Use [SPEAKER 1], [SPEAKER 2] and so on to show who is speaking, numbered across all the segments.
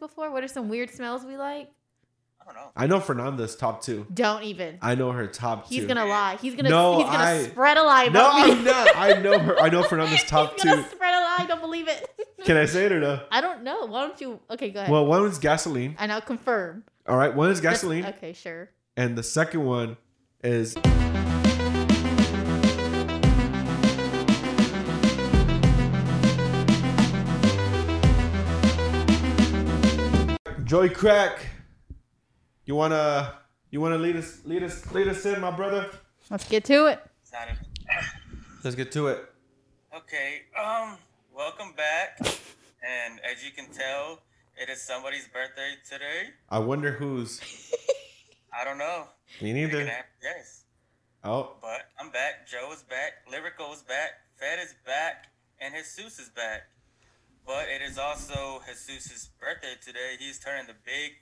[SPEAKER 1] before? What are some weird smells we like?
[SPEAKER 2] I don't know.
[SPEAKER 3] I know Fernanda's top two.
[SPEAKER 1] Don't even.
[SPEAKER 3] I know her top
[SPEAKER 1] He's
[SPEAKER 3] two.
[SPEAKER 1] gonna lie. He's gonna.
[SPEAKER 3] No,
[SPEAKER 1] he's gonna
[SPEAKER 3] I-
[SPEAKER 1] spread a lie.
[SPEAKER 3] No,
[SPEAKER 1] About
[SPEAKER 3] I'm
[SPEAKER 1] me.
[SPEAKER 3] not. I know her. I know Fernanda's
[SPEAKER 1] He's
[SPEAKER 3] top
[SPEAKER 1] gonna
[SPEAKER 3] two.
[SPEAKER 1] spread a lie. Don't believe it.
[SPEAKER 3] Can I say it or no?
[SPEAKER 1] I don't know. Why don't you? Okay, go ahead.
[SPEAKER 3] Well, one is gasoline.
[SPEAKER 1] and I'll confirm.
[SPEAKER 3] All right, one is gasoline,
[SPEAKER 1] Okay, sure.
[SPEAKER 3] and the second one is Joy Crack. You wanna you wanna lead us lead us lead us in, my brother?
[SPEAKER 1] Let's get to it.
[SPEAKER 2] It's not a-
[SPEAKER 3] Let's get to it.
[SPEAKER 2] Okay. Um. Welcome back. And as you can tell, it is somebody's birthday today.
[SPEAKER 3] I wonder who's.
[SPEAKER 2] I don't know.
[SPEAKER 3] Me
[SPEAKER 2] You're gonna
[SPEAKER 3] neither.
[SPEAKER 2] have to guess.
[SPEAKER 3] Oh,
[SPEAKER 2] But I'm back. Joe is back. Lyrical is back. Fed is back. And Jesus is back. But it is also Jesus' birthday today. He's turning the big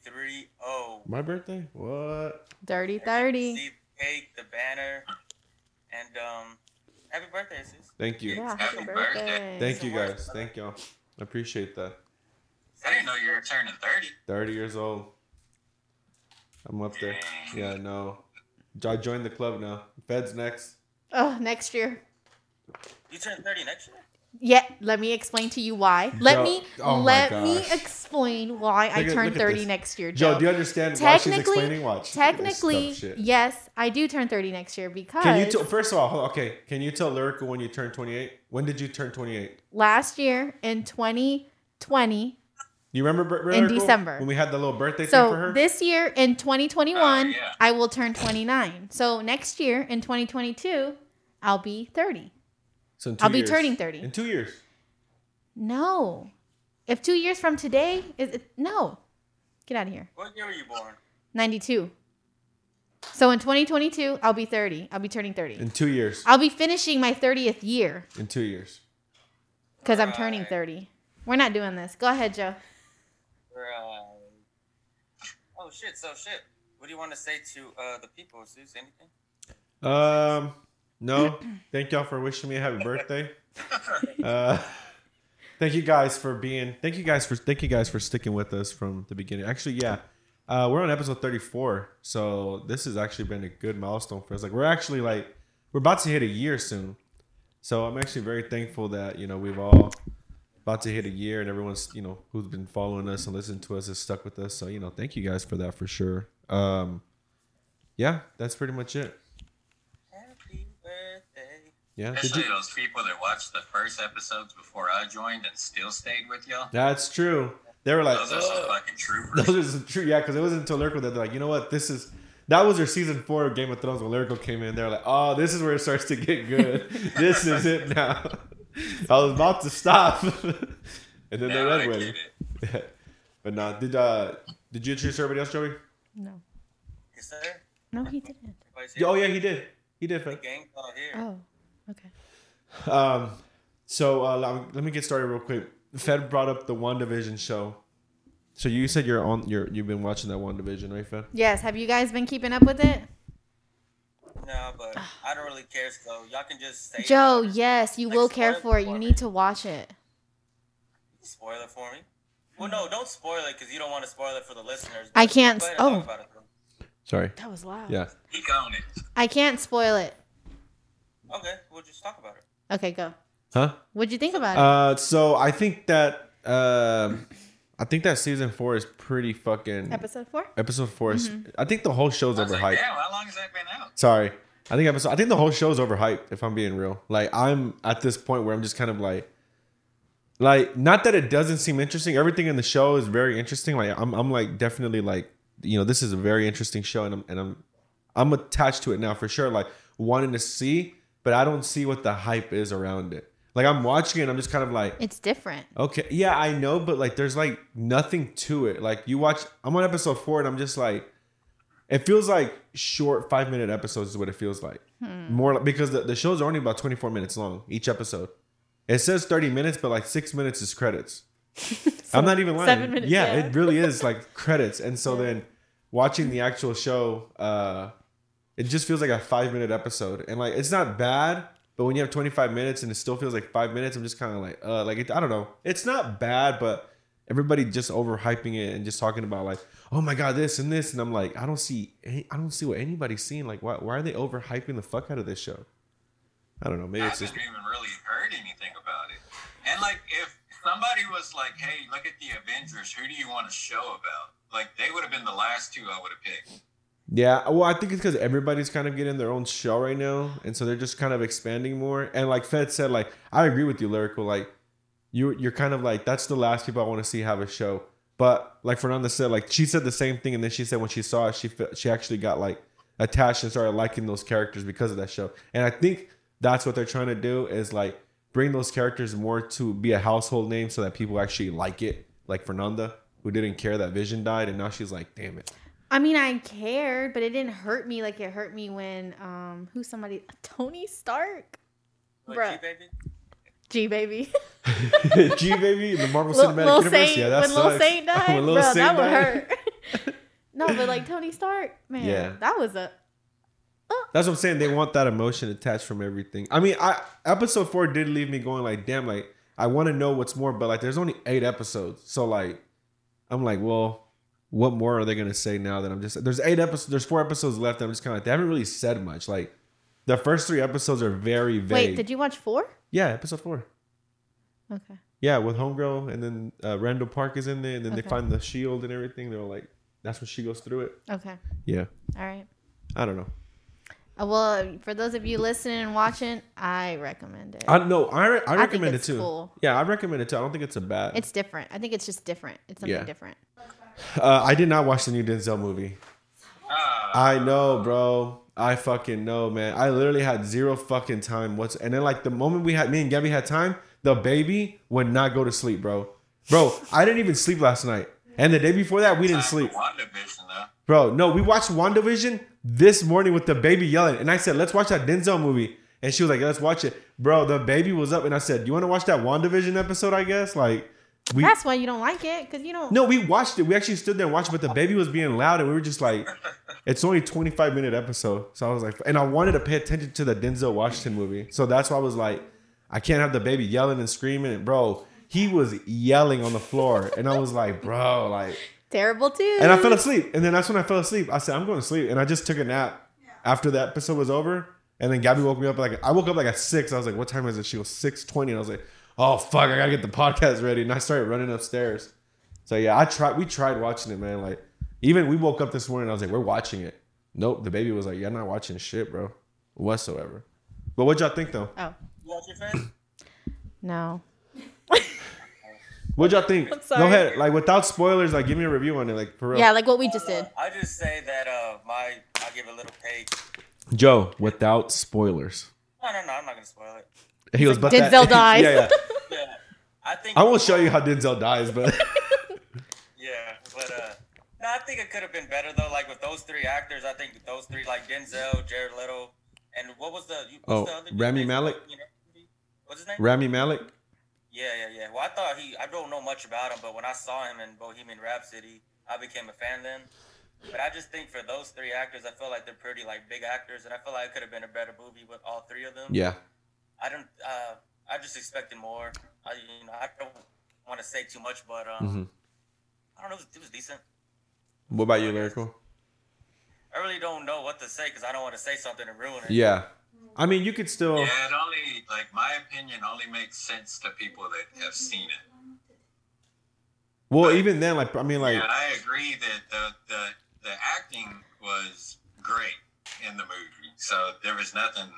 [SPEAKER 2] oh. 3 0.
[SPEAKER 3] my birthday? What?
[SPEAKER 1] Dirty thirty.
[SPEAKER 2] Steve Cake, the banner. And um, happy birthday, Jesus.
[SPEAKER 3] Thank you.
[SPEAKER 1] Yeah, happy birthday.
[SPEAKER 3] Thank you guys. Thank y'all. I appreciate that.
[SPEAKER 4] I didn't know you were turning 30.
[SPEAKER 3] 30 years old. I'm up there. Yeah, no. I joined the club now. Fed's next.
[SPEAKER 1] Oh, next year.
[SPEAKER 2] You turn 30 next year?
[SPEAKER 1] Yeah, let me explain to you why. Let
[SPEAKER 3] Yo-
[SPEAKER 1] me
[SPEAKER 3] oh my
[SPEAKER 1] let
[SPEAKER 3] gosh.
[SPEAKER 1] me explain why I
[SPEAKER 3] Look at-
[SPEAKER 1] turn
[SPEAKER 3] look at
[SPEAKER 1] thirty
[SPEAKER 3] this.
[SPEAKER 1] next year, Joe.
[SPEAKER 3] Joe, do you understand why she's
[SPEAKER 1] technically,
[SPEAKER 3] explaining? Watch.
[SPEAKER 1] technically,
[SPEAKER 3] This dumb shit.
[SPEAKER 1] yes, I do turn thirty next year because
[SPEAKER 3] Can you tell, first of all, hold on, okay, can you tell Lyrical when you turned 28? When did you turn 28?
[SPEAKER 1] last year in twenty twenty.
[SPEAKER 3] You remember Lyrical?
[SPEAKER 1] December.
[SPEAKER 3] When we had the little birthday thing for
[SPEAKER 1] So
[SPEAKER 3] her?
[SPEAKER 1] this year in twenty twenty
[SPEAKER 4] Oh,
[SPEAKER 1] one,
[SPEAKER 4] yeah.
[SPEAKER 1] I will turn twenty nine. So next year in twenty twenty two, I'll be thirty.
[SPEAKER 3] so in two
[SPEAKER 1] I'll be
[SPEAKER 3] years.
[SPEAKER 1] turning 30.
[SPEAKER 3] In two years.
[SPEAKER 1] No, if two years from today is it, no, get out of here.
[SPEAKER 2] What year were you born?
[SPEAKER 1] 92. So in 2022, I'll be 30. I'll be turning 30.
[SPEAKER 3] In two years.
[SPEAKER 1] I'll be finishing my 30th year
[SPEAKER 3] In two years.
[SPEAKER 1] because I'm turning
[SPEAKER 2] Right.
[SPEAKER 1] 30. We're not doing this. Go ahead, Joe.
[SPEAKER 2] Right. Oh shit, so shit. What do you want to say to uh, the people, Zeus? Anything?
[SPEAKER 3] Um, no. thank y'all for wishing me a happy birthday. Uh, thank you guys for being. Thank you guys for. Thank you guys for sticking with us from the beginning. Actually, yeah, uh, we're on episode thirty-four, so this has actually been a good milestone for us. Like, we're actually like we're about to hit a year soon, so I'm actually very thankful that you know we've all about to hit a year, and everyone's you know who's been following us and listening to us has stuck with us. So you know, thank you guys for that for sure. Um, yeah, that's pretty much it.
[SPEAKER 2] Happy birthday.
[SPEAKER 3] Yeah. Did
[SPEAKER 4] Especially
[SPEAKER 3] you-
[SPEAKER 4] those people that watched the first episodes before I joined and still stayed with y'all.
[SPEAKER 3] That's true. They were like,
[SPEAKER 4] Those are some fucking
[SPEAKER 3] those
[SPEAKER 4] troopers.
[SPEAKER 3] are some true, yeah, because it wasn't until Lyrical that they're like, you know what, this is. That was their season four of Game of Thrones when Lyrical came in. They're like, oh, this is where it starts to get good. this is it now. I was about to stop, and then they
[SPEAKER 4] Now I
[SPEAKER 3] went
[SPEAKER 4] get
[SPEAKER 3] with
[SPEAKER 4] it.
[SPEAKER 3] it. but nah, did uh, did you introduce everybody else, Joey?
[SPEAKER 1] No.
[SPEAKER 2] Yes, sir.
[SPEAKER 1] No, he didn't.
[SPEAKER 2] Everybody's here.
[SPEAKER 3] Yeah, Oh yeah, he did. He did.
[SPEAKER 2] The
[SPEAKER 3] Fed.
[SPEAKER 2] gang's all here.
[SPEAKER 1] Oh, okay.
[SPEAKER 3] Um, so uh, let- let me get started real quick. Fed brought up the One Division show. So you said you're on. You're you've been watching that One Division, right, Fed?
[SPEAKER 1] Yes. Have you guys been keeping up with it?
[SPEAKER 2] No, but I don't really care, so y'all can just say.
[SPEAKER 1] Oh. Joe, yes, you will care
[SPEAKER 2] Spoiler
[SPEAKER 1] for it. You
[SPEAKER 2] alert.
[SPEAKER 1] need to watch it.
[SPEAKER 2] Spoil it for me. Well, no, don't spoil it because you don't want to spoil it for the listeners.
[SPEAKER 1] I
[SPEAKER 2] but
[SPEAKER 1] can't
[SPEAKER 2] go ahead
[SPEAKER 1] s-
[SPEAKER 2] and
[SPEAKER 1] oh.
[SPEAKER 2] talk about it, though.
[SPEAKER 3] Sorry.
[SPEAKER 1] That was loud.
[SPEAKER 3] Yeah.
[SPEAKER 4] He owned it.
[SPEAKER 1] I can't spoil it.
[SPEAKER 2] Okay, we'll just talk about it.
[SPEAKER 1] Okay, go.
[SPEAKER 3] Huh?
[SPEAKER 1] What'd you think about it?
[SPEAKER 3] Uh, so I think that um, I think that season four is pretty fucking
[SPEAKER 1] Episode four?
[SPEAKER 3] episode 4 is. I think the whole show's
[SPEAKER 4] I was
[SPEAKER 3] overhyped.
[SPEAKER 4] like, damn, how long has that been out?
[SPEAKER 3] Sorry, I think episode. I think the whole show's overhyped. If I'm being real, like I'm at this point where I'm just kind of like, like not that it doesn't seem interesting. Everything in the show is very interesting. Like I'm, I'm like definitely like you know this is a very interesting show, and I'm and I'm I'm attached to it now for sure. Like wanting to see, but I don't see what the hype is around it. Like I'm watching it, and I'm just kind of like,
[SPEAKER 1] It's different.
[SPEAKER 3] okay, yeah, I know, but like there's like nothing to it. Like you watch, I'm on episode four, and I'm just like, it feels like short five minute episodes is what it feels like. More like, because the, the shows are only about 24 minutes long each episode. It says 30 minutes, but like six minutes is credits. I'm not even lying.
[SPEAKER 1] seven minutes,
[SPEAKER 3] yeah,
[SPEAKER 1] yeah.
[SPEAKER 3] it really is like credits. And so then watching the actual show, uh, it just feels like a five minute episode. And like it's not bad, but when you have 25 minutes and it still feels like five minutes, I'm just kind of like, uh, like it, I don't know. It's not bad, but everybody just overhyping it and just talking about like, oh my god, this and this, and I'm like, I don't see, any- I don't see what anybody's seeing. Like, why, why are they overhyping the fuck out of this show? I don't know. Maybe
[SPEAKER 4] I
[SPEAKER 3] it's
[SPEAKER 4] haven't
[SPEAKER 3] just
[SPEAKER 4] even really heard anything about it. And like, if somebody was like, "Hey, look at the Avengers. Who do you want to show about?" Like, they would have been the last two I would have picked.
[SPEAKER 3] Yeah, well, I think it's because everybody's kind of getting their own show right now, and so they're just kind of expanding more. And like Fed said, like I agree with you, lyrical. Like you, you're kind of like that's the last people I want to see have a show. But like Fernanda said, like she said the same thing, and then she said when she saw it, she fe- she actually got like attached and started liking those characters because of that show. And I think that's what they're trying to do is like bring those characters more to be a household name so that people actually like it. Like Fernanda, who didn't care that Vision died, and now she's like, damn it.
[SPEAKER 1] I mean, I cared, but it didn't hurt me like it hurt me when um who's somebody Tony Stark,
[SPEAKER 2] But
[SPEAKER 1] Bruh.
[SPEAKER 2] G baby,
[SPEAKER 1] G baby,
[SPEAKER 3] G baby, the Marvel
[SPEAKER 1] Lil,
[SPEAKER 3] Cinematic
[SPEAKER 1] Lil
[SPEAKER 3] Universe.
[SPEAKER 1] Saint.
[SPEAKER 3] yeah, that's
[SPEAKER 1] when Lil Saint died,
[SPEAKER 3] When Lil
[SPEAKER 1] bro,
[SPEAKER 3] Saint
[SPEAKER 1] that would
[SPEAKER 3] died.
[SPEAKER 1] hurt. no, but like Tony Stark, man,
[SPEAKER 3] Yeah.
[SPEAKER 1] that was a
[SPEAKER 3] That's what I'm saying. They want that emotion attached from everything. I mean, I episode four did leave me going like, damn, like I want to know what's more, but like there's only eight episodes, so like I'm like, well, what more are they gonna say now that I'm just there's eight episodes, there's four episodes left. I'm just kind of like they haven't really said much. Like the first three episodes are very vague.
[SPEAKER 1] wait. Did you watch four?
[SPEAKER 3] yeah, episode four.
[SPEAKER 1] Okay,
[SPEAKER 3] Yeah, with Homegirl and then uh, Randall Park is in there, and then they
[SPEAKER 1] Okay.
[SPEAKER 3] find the shield and everything. They're like, that's when she goes through it.
[SPEAKER 1] okay,
[SPEAKER 3] Yeah,
[SPEAKER 1] all right.
[SPEAKER 3] I don't know.
[SPEAKER 1] Uh, well, for those of you listening and watching, I recommend it.
[SPEAKER 3] I no, I, re- I,
[SPEAKER 1] think
[SPEAKER 3] recommend
[SPEAKER 1] it's
[SPEAKER 3] it too.
[SPEAKER 1] cool.
[SPEAKER 3] Yeah, I recommend it too. I don't think it's a bad.
[SPEAKER 1] it's different. I think it's just different. It's something
[SPEAKER 3] Yeah.
[SPEAKER 1] different.
[SPEAKER 3] uh, I did not watch the new Denzel movie.
[SPEAKER 4] Ah,
[SPEAKER 3] I know, bro. I fucking know, man. I literally had zero fucking time. What's and then like the moment we had me and Gabby had time, the baby would not go to sleep, bro. Bro, I didn't even sleep last night, and the day before that we didn't sleep,
[SPEAKER 4] WandaVision though.
[SPEAKER 3] bro. No, we watched Wandavision this morning with the baby yelling, and I said, "Let's watch that Denzel movie," and she was like, "Let's watch it, bro." The baby was up, and I said, "You want to watch that Wandavision episode?" I guess like we
[SPEAKER 1] That's why you don't like it because you don't.
[SPEAKER 3] No, we watched it. We actually stood there and watched, it, but the baby was being loud, and we were just like, "It's only 25 minute episode." So I was like, and I wanted to pay attention to the Denzel Washington movie, so that's why I was like, I can't have the baby yelling and screaming. And bro, he was yelling on the floor, and I was like, bro, like,
[SPEAKER 1] terrible too.
[SPEAKER 3] and I fell asleep. And then that's when I fell asleep. I said, I'm going to sleep, and I just took a nap after the episode was over. And then Gabby woke me up like I woke up like at six. I was like, "What time is it?" She was six twenty, and I was like, "Oh fuck, I gotta get the podcast ready." And I started running upstairs. So yeah, I tried. We tried watching it, man. Like even we woke up this morning. I was like, we're watching it. Nope. The baby was like, yeah, I'm not watching shit, bro, whatsoever. But what y'all think though?
[SPEAKER 1] Oh
[SPEAKER 2] you watch your fan?
[SPEAKER 1] no.
[SPEAKER 3] What y'all think?
[SPEAKER 1] sorry.
[SPEAKER 3] Go ahead. Like without spoilers, like give me a review on it. Like for real.
[SPEAKER 1] Yeah, like what we just did.
[SPEAKER 2] I just say that uh, my I'll give a little page.
[SPEAKER 3] Joe, without spoilers.
[SPEAKER 2] No, no, no, I'm not gonna spoil it.
[SPEAKER 3] He goes, but
[SPEAKER 1] Denzel
[SPEAKER 3] that-
[SPEAKER 1] dies.
[SPEAKER 3] yeah, yeah.
[SPEAKER 2] Yeah, I think
[SPEAKER 3] I won't show you how Denzel dies, but
[SPEAKER 2] Yeah, but uh, no, I think it could have been better though. Like with those three actors, I think those three, like Denzel, Jared Leto, and what was the you-
[SPEAKER 3] Oh,
[SPEAKER 2] what's the other dude
[SPEAKER 3] Rami
[SPEAKER 2] that's
[SPEAKER 3] Malek?
[SPEAKER 2] fucking in everything? What's his name?
[SPEAKER 3] Rami Malik.
[SPEAKER 2] yeah, yeah, yeah. Well, I thought he, I don't know much about him, but when I saw him in Bohemian Rhapsody, I became a fan then. But I just think for those three actors, I feel like they're pretty like big actors, and I feel like it could have been a better movie with all three of them.
[SPEAKER 3] Yeah.
[SPEAKER 2] I don't. Uh, I just expected more. I, you know, I don't want to say too much, but um,
[SPEAKER 3] Mhm.
[SPEAKER 2] I don't know. It was, it was decent.
[SPEAKER 3] What about you, lyrical?
[SPEAKER 2] I really don't know what to say because I don't want to say something and ruin it.
[SPEAKER 3] Yeah. I mean, you could still.
[SPEAKER 4] Yeah, it only like my opinion only makes sense to people that have seen it.
[SPEAKER 3] Well, even then, like I mean, like
[SPEAKER 4] yeah, I agree that the, the the acting was great in the movie, so there was nothing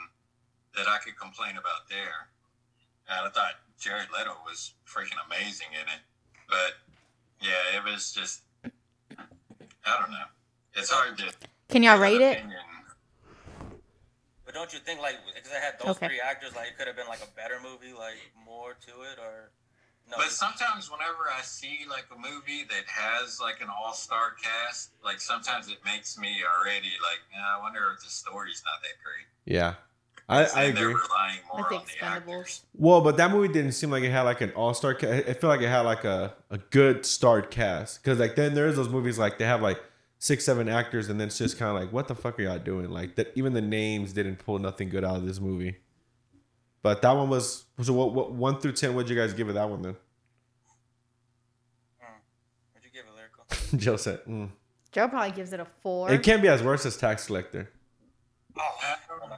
[SPEAKER 4] that I could complain about there. And I thought Jared Leto was freaking amazing in it, but yeah, it was just I don't know. It's hard to
[SPEAKER 1] Can y'all
[SPEAKER 4] have an
[SPEAKER 1] rate it?
[SPEAKER 4] opinion.
[SPEAKER 2] But don't you think like because I had those
[SPEAKER 1] Okay.
[SPEAKER 2] three actors, like it could have been like a better movie, like more to it, or no?
[SPEAKER 4] But sometimes, whenever I see like a movie that has like an all-star cast, like sometimes it makes me already like, nah, I wonder if the story's not that great.
[SPEAKER 3] Yeah, I, I
[SPEAKER 4] And They're
[SPEAKER 3] agree.
[SPEAKER 4] relying
[SPEAKER 1] Like
[SPEAKER 4] more
[SPEAKER 1] the
[SPEAKER 4] on the
[SPEAKER 1] Expendables.
[SPEAKER 4] actors.
[SPEAKER 3] Well, but that movie didn't seem like it had like an all star. Ca- it felt like it had like a, a good starred cast because like then there's those movies like they have like six seven actors and then it's just kind of like what the fuck are y'all doing? Like that even the names didn't pull nothing good out of this movie. But that one was so what, what one through ten? What'd you guys give it that one then?
[SPEAKER 2] Would you give it lyrical?
[SPEAKER 3] Joe said mm.
[SPEAKER 1] Joe probably gives it a four.
[SPEAKER 3] it can't be as worse as Tax Collector.
[SPEAKER 2] Oh, I don't know.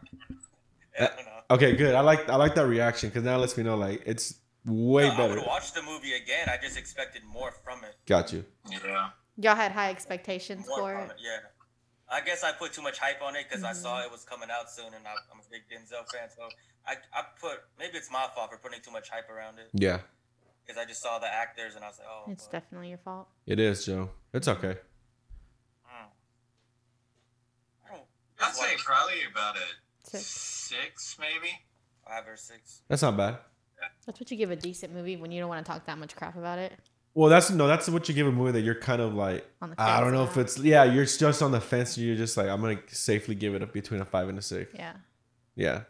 [SPEAKER 2] Yeah, I don't know.
[SPEAKER 3] Okay, good. I like I like that reaction because now it lets me know like it's way
[SPEAKER 2] No, I
[SPEAKER 3] better.
[SPEAKER 2] would watch the movie again. I just expected more from it.
[SPEAKER 3] Got you.
[SPEAKER 4] Yeah.
[SPEAKER 1] Y'all had high expectations
[SPEAKER 2] More
[SPEAKER 1] for
[SPEAKER 2] from
[SPEAKER 1] it.
[SPEAKER 2] it. Yeah. I guess I put too much hype on it because I
[SPEAKER 1] Mm-hmm.
[SPEAKER 2] saw it was coming out soon, and I, I'm a big Denzel fan, so I, I put maybe it's my fault for putting too much hype around it
[SPEAKER 3] Yeah,
[SPEAKER 2] because I just saw the actors and I was like, oh,
[SPEAKER 1] It's
[SPEAKER 2] well,
[SPEAKER 1] definitely your fault.
[SPEAKER 3] it is Joe. It's okay.
[SPEAKER 2] mm. I don't.
[SPEAKER 4] I'd say probably about a
[SPEAKER 1] Six.
[SPEAKER 4] six, maybe.
[SPEAKER 2] five or six.
[SPEAKER 3] That's not bad.
[SPEAKER 1] That's what you give a decent movie when you don't want to talk that much crap about it.
[SPEAKER 3] Well, that's no, that's what you give a movie that you're kind of like.
[SPEAKER 1] On the
[SPEAKER 3] I don't
[SPEAKER 1] fence
[SPEAKER 3] know if
[SPEAKER 1] about.
[SPEAKER 3] it's yeah, you're just on the fence. and You're just like I'm gonna safely give it a between a five and a six.
[SPEAKER 1] Yeah.
[SPEAKER 3] Yeah,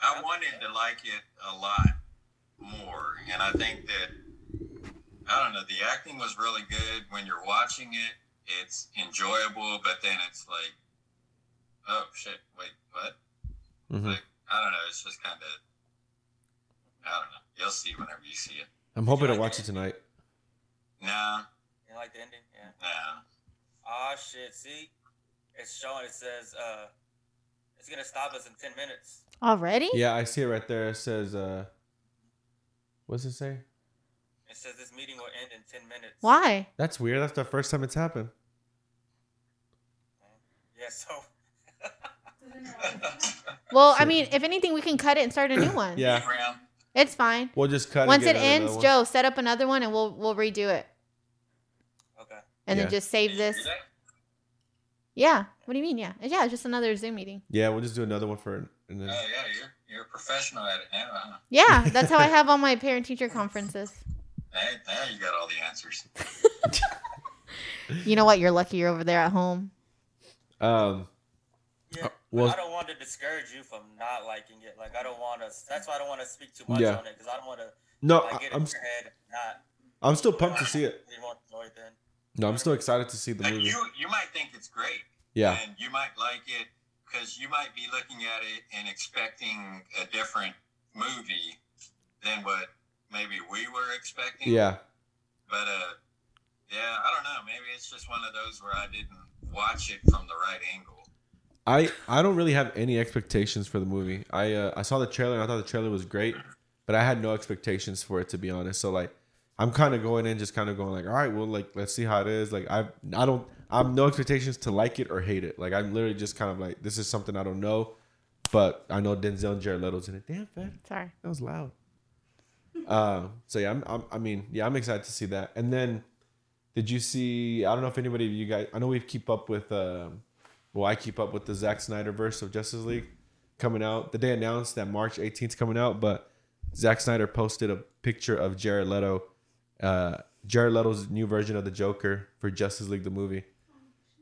[SPEAKER 4] I wanted to like it a lot more, and I think that I don't know. The acting was really good when you're watching it. It's enjoyable, but then it's like, oh shit, wait, what?
[SPEAKER 3] Mhm.
[SPEAKER 4] Like I don't know. It's just kind of I don't know. You'll see whenever you see it.
[SPEAKER 3] I'm hoping to watch it tonight.
[SPEAKER 4] Nah,
[SPEAKER 2] You like the ending? Yeah.
[SPEAKER 4] nah.
[SPEAKER 2] Ah, shit. See, it's showing. It says, uh, it's gonna stop us in ten minutes.
[SPEAKER 1] Already?
[SPEAKER 3] Yeah, I see it right there. It says, uh, what's it say?
[SPEAKER 2] It says this meeting will end in ten minutes.
[SPEAKER 1] Why?
[SPEAKER 3] That's weird. That's the first time it's happened.
[SPEAKER 2] Yeah. So
[SPEAKER 1] Well, I
[SPEAKER 3] Shit.
[SPEAKER 1] mean, if anything, we can cut it and start a new one.
[SPEAKER 3] Yeah,
[SPEAKER 4] Round.
[SPEAKER 1] It's fine.
[SPEAKER 3] we'll just cut. and
[SPEAKER 1] Once
[SPEAKER 3] get
[SPEAKER 1] it
[SPEAKER 3] another
[SPEAKER 1] ends,
[SPEAKER 3] one.
[SPEAKER 1] Joe, set up another one and we'll we'll redo it.
[SPEAKER 2] okay.
[SPEAKER 1] And
[SPEAKER 3] Yeah.
[SPEAKER 1] then just save this. Yeah. What do you mean? Yeah. Yeah, just another Zoom meeting.
[SPEAKER 3] Yeah, we'll just do another one for. And
[SPEAKER 4] Oh
[SPEAKER 3] then,
[SPEAKER 4] yeah, you're you're a professional at it now. Huh?
[SPEAKER 1] Yeah, that's how I have all my parent teacher conferences.
[SPEAKER 4] Now- Now you got all the answers.
[SPEAKER 1] You know what? You're lucky you're over there at home.
[SPEAKER 3] um,
[SPEAKER 2] Yeah.
[SPEAKER 3] well-
[SPEAKER 2] Well, I don't want to discourage you from not liking it. Like I don't want to. That's why I don't want to speak too much
[SPEAKER 3] Yeah.
[SPEAKER 2] on it because I don't want to
[SPEAKER 3] no,
[SPEAKER 2] like
[SPEAKER 3] I,
[SPEAKER 2] get
[SPEAKER 3] I'm
[SPEAKER 2] in your head. Not.
[SPEAKER 3] I'm still pumped to see it.
[SPEAKER 2] You won't enjoy it then.
[SPEAKER 3] No, I'm still excited to see the
[SPEAKER 4] Like,
[SPEAKER 3] movie.
[SPEAKER 4] you you might think it's great.
[SPEAKER 3] Yeah,
[SPEAKER 4] And you might like it because you might be looking at it and expecting a different movie than what maybe we were expecting.
[SPEAKER 3] yeah.
[SPEAKER 4] But uh, yeah, I don't know. Maybe it's just one of those where I didn't watch it from the right angle.
[SPEAKER 3] I I don't really have any expectations for the movie. I uh, I saw the trailer and I thought the trailer was great, but I had no expectations for it to be honest. So like I'm kind of going in just kind of going like, all right, well like let's see how it is. Like I I don't I'm no expectations to like it or hate it. Like I'm literally just kind of like this is something I don't know, but I know Denzel and Jared Leto's in it. Damn, man,
[SPEAKER 1] Sorry.
[SPEAKER 3] that was loud. Um. So yeah, I'm, I'm I mean yeah, I'm excited to see that. And then did you see? I don't know if anybody of you guys. I know we keep up with. Um, well, I keep up with the Zack Snyder verse of Justice League coming out. The day announced that March 18th is coming out, but Zack Snyder posted a picture of Jared Leto, uh, Jared Leto's new version of the Joker for Justice League the movie.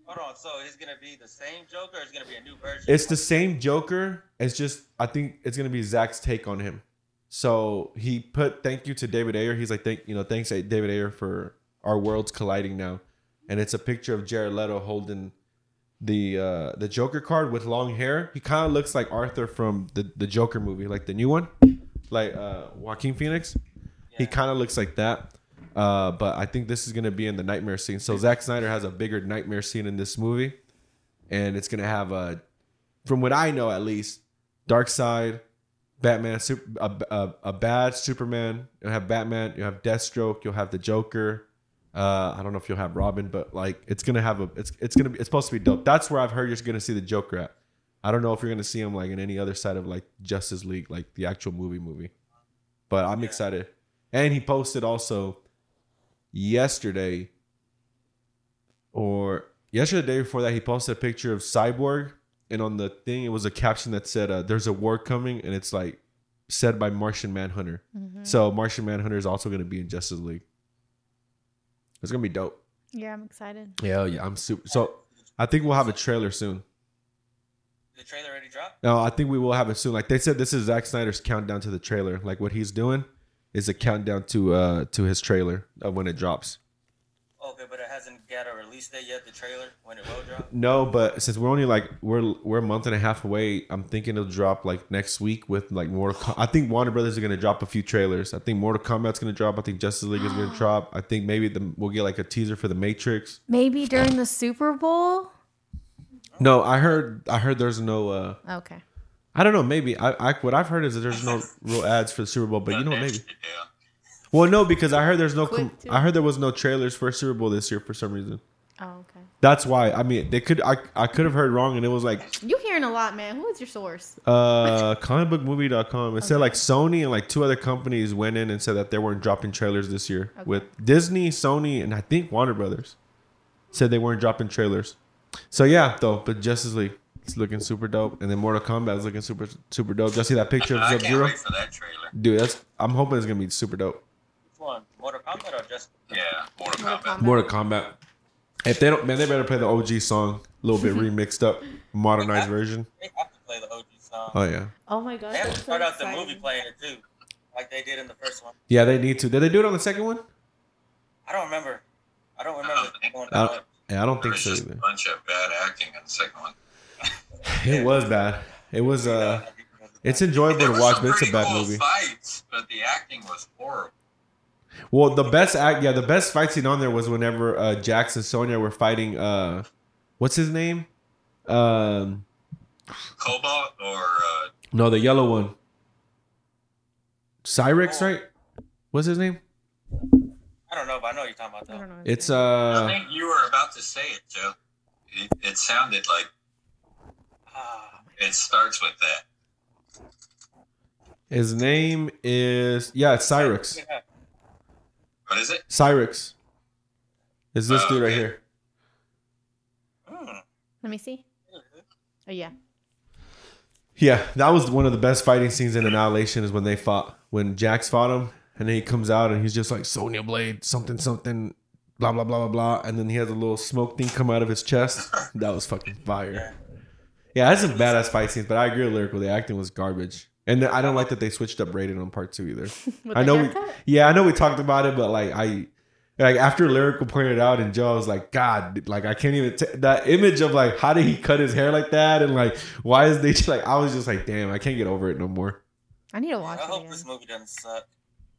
[SPEAKER 2] Hold on. So it's gonna be the same Joker. Or it's gonna be a new version.
[SPEAKER 3] It's the same Joker. It's just I think it's gonna be Zach's take on him. So he put thank you to David Ayer. He's like thank you know thanks eh, David Ayer for our worlds colliding now, and it's a picture of Jared Leto holding the uh, the Joker card with long hair. He kind of looks like Arthur from the the Joker movie, like the new one, like uh, Joaquin Phoenix. He kind of looks like that. Uh, but I think this is gonna be in the nightmare scene. So Zack Snyder has a bigger nightmare scene in this movie, and it's gonna have a from what I know at least, Dark Side, Batman, super, a, a, a bad Superman. You'll have Batman. You'll have Deathstroke. You'll have the Joker. Uh, I don't know if you'll have Robin, but like it's gonna have a it's it's gonna be it's supposed to be dope. That's where I've heard you're gonna see the Joker at. I don't know if you're gonna see him like in any other side of like Justice League, like the actual movie movie. But I'm excited. And he posted also yesterday or yesterday the day before that he posted a picture of Cyborg and on the thing it was a caption that said uh, there's a war coming and it's like said by Martian Manhunter.
[SPEAKER 1] Mhm.
[SPEAKER 3] So Martian Manhunter is also going to be in Justice League. It's going to be dope.
[SPEAKER 1] yeah, I'm excited.
[SPEAKER 3] Yeah, yeah, I'm super. So I think we'll have a trailer soon.
[SPEAKER 2] The trailer already dropped.
[SPEAKER 3] No, I think we will have it soon. Like they said, this is Zack Snyder's countdown to the trailer. Like what he's doing is a countdown to uh to his trailer of when it drops.
[SPEAKER 2] Okay, but it hasn't got a release date yet. The trailer when it will drop.
[SPEAKER 3] No, but since we're only like we're we're a month and a half away, I'm thinking it'll drop like next week with like Mortal. Com- I think Warner Brothers are gonna drop a few trailers. I think Mortal Kombat's gonna drop. I think Justice League is gonna drop. I think maybe the, we'll get like a teaser for the Matrix.
[SPEAKER 1] Maybe during the Super Bowl.
[SPEAKER 3] No, I heard I heard there's no. uh
[SPEAKER 1] Okay.
[SPEAKER 3] I don't know. Maybe I, I what I've heard is that there's no real ads for the Super Bowl, but you know what? Maybe
[SPEAKER 4] Yeah.
[SPEAKER 3] Well, no, because I heard there's no.
[SPEAKER 1] Quick
[SPEAKER 3] Com-
[SPEAKER 1] too.
[SPEAKER 3] I heard there was no trailers for Super Bowl this year for some reason.
[SPEAKER 1] Oh, okay.
[SPEAKER 3] That's why. I mean, they could. I I could have heard wrong, and it was like
[SPEAKER 1] You hearing a lot, man. Who is your source?
[SPEAKER 3] uh comicbookmovie.com. It said like Sony and like two other companies went in and said that they weren't dropping trailers this year with Disney, Sony, and I think Warner Brothers said they weren't dropping trailers. So yeah, though, but Justice League it's looking super dope, and then Mortal Kombat is looking super super dope. Just see that picture of
[SPEAKER 4] I
[SPEAKER 3] Sub
[SPEAKER 4] can't
[SPEAKER 3] Zero,
[SPEAKER 4] wait for that trailer.
[SPEAKER 3] dude. That's I'm hoping it's gonna be super dope.
[SPEAKER 2] Which one? Mortal Kombat or just?
[SPEAKER 4] Yeah, Mortal
[SPEAKER 1] Mortal
[SPEAKER 4] Kombat.
[SPEAKER 2] Uh,
[SPEAKER 1] Kombat.
[SPEAKER 3] Mortal Kombat. If they don't, man, they better play the OG song, a little bit remixed up, modernized version.
[SPEAKER 2] They have to play the OG song.
[SPEAKER 3] Oh yeah,
[SPEAKER 1] Oh my gosh.
[SPEAKER 2] They have
[SPEAKER 1] I'm
[SPEAKER 2] to
[SPEAKER 1] so
[SPEAKER 2] start out the
[SPEAKER 1] excited.
[SPEAKER 2] movie player too, like they did in the first one.
[SPEAKER 3] yeah, they need to. Did they do it on the second one?
[SPEAKER 2] I don't remember. I don't remember.
[SPEAKER 4] don't think-
[SPEAKER 2] going
[SPEAKER 3] I
[SPEAKER 2] down.
[SPEAKER 3] don't, yeah, I don't think
[SPEAKER 4] There was
[SPEAKER 3] so
[SPEAKER 4] just a
[SPEAKER 3] either.
[SPEAKER 4] bunch of bad acting in the second one.
[SPEAKER 3] It was bad. It was uh, it's enjoyable
[SPEAKER 4] There
[SPEAKER 3] to
[SPEAKER 4] was
[SPEAKER 3] watch,
[SPEAKER 4] some
[SPEAKER 3] but it's a
[SPEAKER 4] pretty
[SPEAKER 3] bad
[SPEAKER 4] cool
[SPEAKER 3] movie.
[SPEAKER 4] Fights, but the acting was horrible.
[SPEAKER 3] Well, the best act, yeah, the best fight scene on there was whenever uh, Jax and Sonya were fighting. Uh, what's his name? Um,
[SPEAKER 4] Cobalt or uh,
[SPEAKER 3] no, the yellow one. Cyrix,
[SPEAKER 4] Oh.
[SPEAKER 3] right? What's his name?
[SPEAKER 2] I don't know, but I know what you're talking about
[SPEAKER 1] I don't
[SPEAKER 2] though.
[SPEAKER 1] know.
[SPEAKER 3] It's
[SPEAKER 4] I
[SPEAKER 3] uh,
[SPEAKER 4] think you were about to say it, Joe. It, it sounded like
[SPEAKER 2] Ah,
[SPEAKER 4] it starts with that.
[SPEAKER 3] his name is yeah, it's Cyrix.
[SPEAKER 2] yeah.
[SPEAKER 4] What is it?
[SPEAKER 3] Cyrix. Is this
[SPEAKER 4] Oh,
[SPEAKER 3] dude right
[SPEAKER 4] okay.
[SPEAKER 3] here?
[SPEAKER 2] Hmm.
[SPEAKER 1] Let me see.
[SPEAKER 2] Mm-hmm.
[SPEAKER 1] Oh yeah.
[SPEAKER 3] Yeah, that was one of the best fighting scenes in Annihilation is when they fought when Jax fought him, and then he comes out and he's just like Sonya Blade, something, something, blah blah blah blah blah, and then he has a little smoke thing come out of his chest. That was fucking fire. Yeah, that's some badass fight scenes, but I agree with lyrical. The acting was garbage, and I don't like that they switched up rating on part two either.
[SPEAKER 1] With
[SPEAKER 3] I
[SPEAKER 1] the
[SPEAKER 3] know. We,
[SPEAKER 1] haircut?
[SPEAKER 3] yeah, I know we talked about it, but like I, like after lyrical pointed out, and Joe I was like, God, like I can't even t- that image of like how did he cut his hair like that, and like why is they like I was just like, damn, I can't get over it no more.
[SPEAKER 1] I need to
[SPEAKER 2] I
[SPEAKER 1] watch it.
[SPEAKER 2] hope
[SPEAKER 1] again.
[SPEAKER 2] this movie doesn't suck.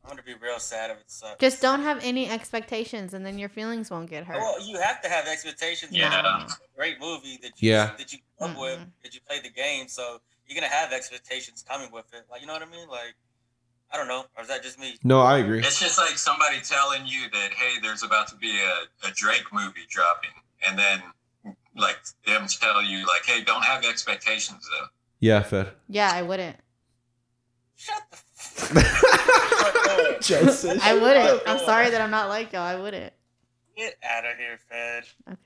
[SPEAKER 2] I'm gonna be real sad if it sucks.
[SPEAKER 1] Just don't have any expectations, and then your feelings won't get hurt.
[SPEAKER 2] Well, you have to have expectations.
[SPEAKER 4] Yeah.
[SPEAKER 2] It's a great movie that you
[SPEAKER 3] Yeah.
[SPEAKER 2] that you grew up with,
[SPEAKER 1] Mhm.
[SPEAKER 2] that you played the game, so you're gonna have expectations coming with it. Like you know what I mean? Like I don't know, or is that just me?
[SPEAKER 3] No, I agree.
[SPEAKER 4] It's just like somebody telling you that hey, there's about to be a, a Drake movie dropping, and then like them tell you like hey, don't have expectations though.
[SPEAKER 3] Yeah, Fed.
[SPEAKER 1] yeah, I wouldn't.
[SPEAKER 2] Shut the. Fuck up.
[SPEAKER 3] Joseph.
[SPEAKER 1] I wouldn't. I'm sorry that I'm not like y'all. I wouldn't.
[SPEAKER 2] Get out of here, Fed.
[SPEAKER 1] Okay.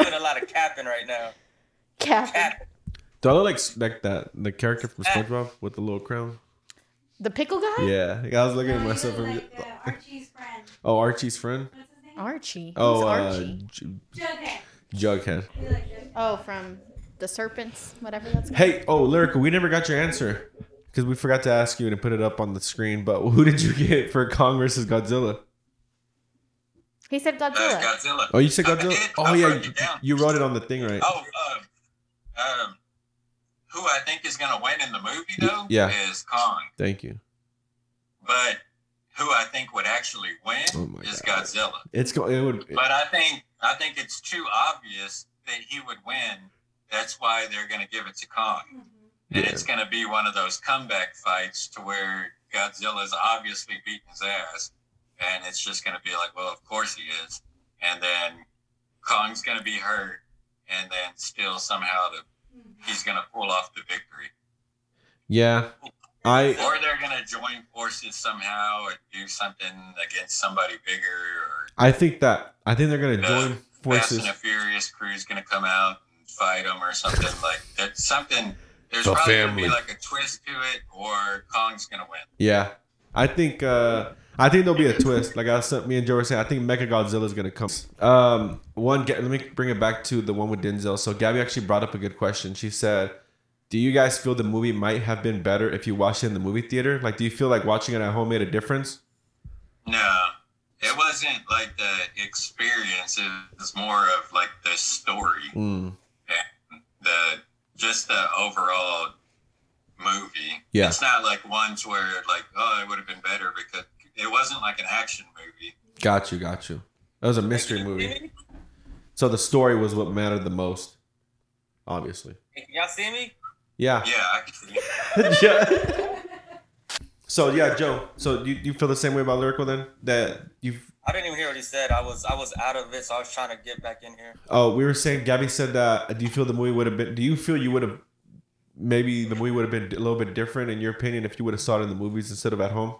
[SPEAKER 2] You're doing a lot of capping right now.
[SPEAKER 1] Captain.
[SPEAKER 2] Cap.
[SPEAKER 3] Do I look like, like that the character from SpongeBob with the little crown?
[SPEAKER 1] The pickle guy?
[SPEAKER 3] Yeah, I was looking at
[SPEAKER 5] No, you
[SPEAKER 3] myself.
[SPEAKER 5] look
[SPEAKER 3] and-
[SPEAKER 5] like, uh, Archie's friend.
[SPEAKER 3] Oh, Archie's friend.
[SPEAKER 5] What's his name?
[SPEAKER 1] Archie.
[SPEAKER 3] Oh,
[SPEAKER 1] Who's
[SPEAKER 3] uh,
[SPEAKER 1] Archie?
[SPEAKER 3] J-
[SPEAKER 5] Jughead.
[SPEAKER 3] Jughead.
[SPEAKER 5] You look Jughead.
[SPEAKER 1] Oh, from the serpents, whatever that's called.
[SPEAKER 3] Hey, oh, lyrical, we never got your answer because we forgot to ask you and put it up on the screen. But who did you get for Kong versus Godzilla?
[SPEAKER 1] He said
[SPEAKER 4] Uh,
[SPEAKER 1] Godzilla.
[SPEAKER 4] Godzilla.
[SPEAKER 3] Oh, you said
[SPEAKER 4] I
[SPEAKER 3] Godzilla.
[SPEAKER 4] did.
[SPEAKER 3] Oh
[SPEAKER 4] I
[SPEAKER 3] yeah,
[SPEAKER 4] wrote
[SPEAKER 3] you,
[SPEAKER 4] it down.
[SPEAKER 3] you wrote it on the thing, right?
[SPEAKER 4] Oh, um, um, who I think is going to win in the movie though?
[SPEAKER 3] Yeah.
[SPEAKER 4] is Kong.
[SPEAKER 3] Thank you.
[SPEAKER 4] But who I think would actually win
[SPEAKER 3] Oh my
[SPEAKER 4] is
[SPEAKER 3] God.
[SPEAKER 4] Godzilla.
[SPEAKER 3] It's go. It would.
[SPEAKER 4] But I think I think it's too obvious that he would win. That's why they're going to give it to Kong. And
[SPEAKER 3] Yeah.
[SPEAKER 4] it's going to be one of those comeback fights to where Godzilla's obviously beating his ass. And it's just going to be like, well, of course he is. And then Kong's going to be hurt. And then still somehow the, he's going to pull off the victory.
[SPEAKER 3] Yeah. I.
[SPEAKER 4] Or they're going to join forces somehow or do something against somebody bigger. Or
[SPEAKER 3] I think that. I think they're gonna
[SPEAKER 4] Yeah.
[SPEAKER 3] join
[SPEAKER 4] Fast and
[SPEAKER 3] forces.
[SPEAKER 4] the Furious crew's going to come out and fight them or something like that. Something there's
[SPEAKER 3] The
[SPEAKER 4] probably
[SPEAKER 3] family.
[SPEAKER 4] gonna be like a twist to it, or Kong's gonna win.
[SPEAKER 3] Yeah, I think uh, I think there'll be a twist. Like I said, me and Joe were saying, I think Mecha Godzilla is gonna come. Um, one. Ga- Let me bring it back to the one with Denzel. So Gabby actually brought up a good question. She said, "Do you guys feel the movie might have been better if you watched it in the movie theater? Like, do you feel like watching it at home made a difference?"
[SPEAKER 4] No, it wasn't like the experience. It was more of like the story,
[SPEAKER 3] Mm.
[SPEAKER 4] the just the overall movie.
[SPEAKER 3] Yeah.
[SPEAKER 4] it's not like ones where like oh, it would have been better because it wasn't like an action movie.
[SPEAKER 3] Got you, got you. That was a mystery movie. So the story was what mattered the most, obviously.
[SPEAKER 2] Can y'all see me?
[SPEAKER 3] Yeah.
[SPEAKER 4] Yeah, I could see.
[SPEAKER 3] yeah. So yeah, Joe. So you, you feel the same way about lyrical then? That you
[SPEAKER 2] I didn't even hear what he said. I was I was out of it, so I was trying to get back in here.
[SPEAKER 3] Oh, we were saying Gabby said that. uh, Do you feel the movie would have been? Do you feel you would have? Maybe the movie would have been a little bit different in your opinion if you would have saw it in the movies instead of at home.